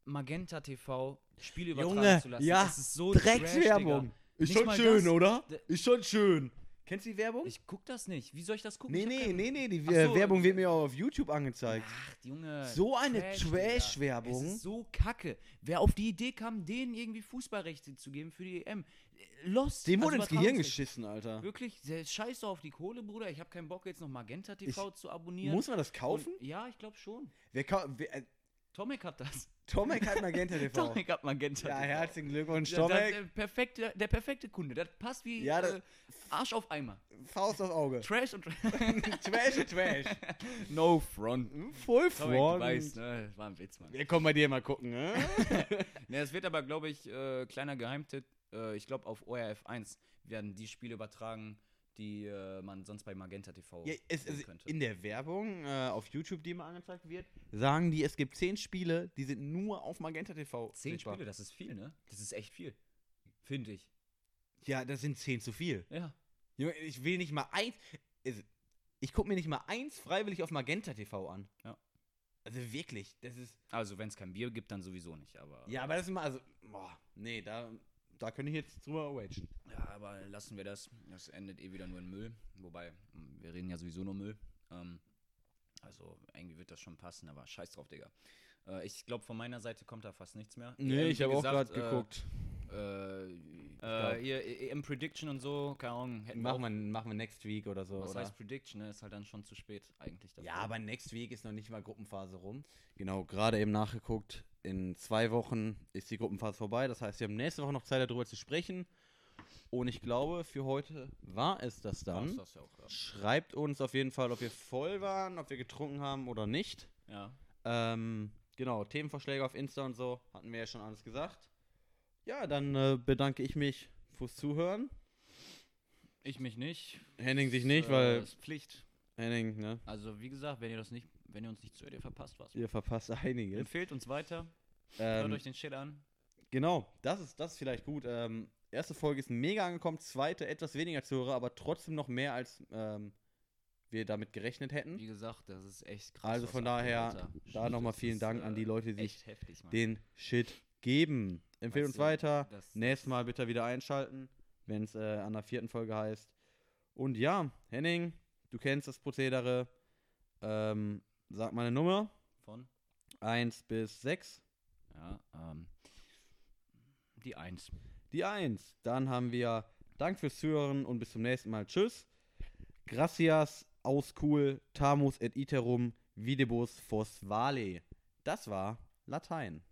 Magenta TV Spiele übertragen Junge, zu lassen, ja, das ist so trash, Dreckswerbung. Digga. Nicht mal das. oder? D- Ist schon schön. Kennst du die Werbung? Ich guck das nicht. Wie soll ich das gucken? nee, Ich hab nee, keinen- nee, nee. Die Ach äh, so, also Werbung die- wird mir auf YouTube angezeigt. Ach, Junge. So eine Digga. Trash-Werbung. Es ist So kacke. Wer auf die Idee kam, denen irgendwie Fußballrechte zu geben für die E EM. Lost. Dem also wurde ins Gehirn Übertragungsrechte. geschissen, Alter. Wirklich, der scheiß doch auf die Kohle, Bruder. Ich habe keinen Bock, jetzt noch Magenta TV zu abonnieren. Muss man das kaufen? Und, ja, ich glaube schon. Wer kau wer, äh, Tomek hat das. Tomek hat Magenta TV. Tomek hat Magenta ja, TV. herzlichen Glückwunsch, Ja, äh, das, Tomek. der, perfekte, der perfekte Kunde. Das passt wie Ja, das- äh, Arsch auf Eimer. Faust aufs Auge. Trash und trash, trash. No front. Full Tomek, du Hm? front. weißt, ne? War ein Witz, Mann. Wir kommen bei dir mal gucken, ne? Ne, es wird aber, glaube ich, äh, kleiner Geheimtipp, äh, ich glaube auf ORF1 werden die Spiele übertragen, die äh, man sonst bei Magenta TV Ja, es, sehen es, könnte. in der Werbung äh, auf YouTube, die immer angezeigt wird, sagen die, es gibt zehn Spiele, die sind nur auf Magenta TV. Zehn sichtbar. Spiele, das ist viel, ne? Das ist echt viel. Finde ich. Ja, das sind zehn zu viel. Ja. Junge, ich will nicht mal eins. Also, ich gucke mir nicht mal eins freiwillig auf Magenta TV an. Ja. Also wirklich, das ist. Also, wenn es kein Bier gibt, dann sowieso nicht. Aber, Ja, aber das ist mal, also, boah, nee, da, da könnte ich jetzt drüber wagen. Ja, aber lassen wir das. Das endet eh wieder nur in Müll. Wobei, m, wir reden ja sowieso nur Müll. Ähm, also, irgendwie wird das schon passen, aber scheiß drauf, Digga. Äh, ich glaube, von meiner Seite kommt da fast nichts mehr. Ähm, wie gesagt, äh, Äh, äh, hier, EM Prediction und so, keine Ahnung. hätten wir machen, wir, machen wir next week oder so, Was oder? heißt Prediction, ne? Ist halt dann schon zu spät eigentlich. dafür. ja, aber next week ist noch nicht mal Gruppenphase rum. Genau, gerade eben nachgeguckt. In zwei Wochen ist die Gruppenphase vorbei. Das heißt, wir haben nächste Woche noch Zeit, darüber zu sprechen. Und ich glaube, für heute war es das Ja, dann. ist das ja auch. Ja. Schreibt uns auf jeden Fall, ob wir voll waren, ob wir getrunken haben oder nicht. ja. Ähm, genau, Themenvorschläge auf Insta und so, hatten wir ja schon alles gesagt. Ja, dann äh, bedanke ich mich fürs Zuhören. Ich mich nicht. Henning sich Ist, nicht, äh, weil Ist Pflicht. Henning, ne? Also, wie gesagt, wenn ihr das nicht, wenn ihr uns nicht zuhört, ihr verpasst was. Ihr verpasst einiges. Empfehlt uns weiter. Hört Ähm, euch den Shit an. genau, das ist, das ist vielleicht gut. Ähm, erste Folge ist mega angekommen, zweite etwas weniger Zuhörer, aber trotzdem noch mehr, als ähm, wir damit gerechnet hätten. Wie gesagt, das ist echt krass. hm? Also was von abgeht, daher, Alter. da nochmal Das vielen ist, Dank an die äh, Leute, die sich Echt heftig, Mann. den Shit geben. Empfehlt Weißt uns du, weiter. das- Nächstes Mal bitte wieder einschalten, wenn es äh, an der vierten Folge heißt. Und ja, Henning, du kennst das Prozedere. Ähm, sag mal eine Nummer. Von? 1 bis 6. Ja, ähm. Die Eins. Die 1. Dann haben wir Dank fürs Zuhören und bis zum nächsten Mal. Tschüss. Gracias, aus cool, tamus et iterum, videbus fos vale. Das war Latein.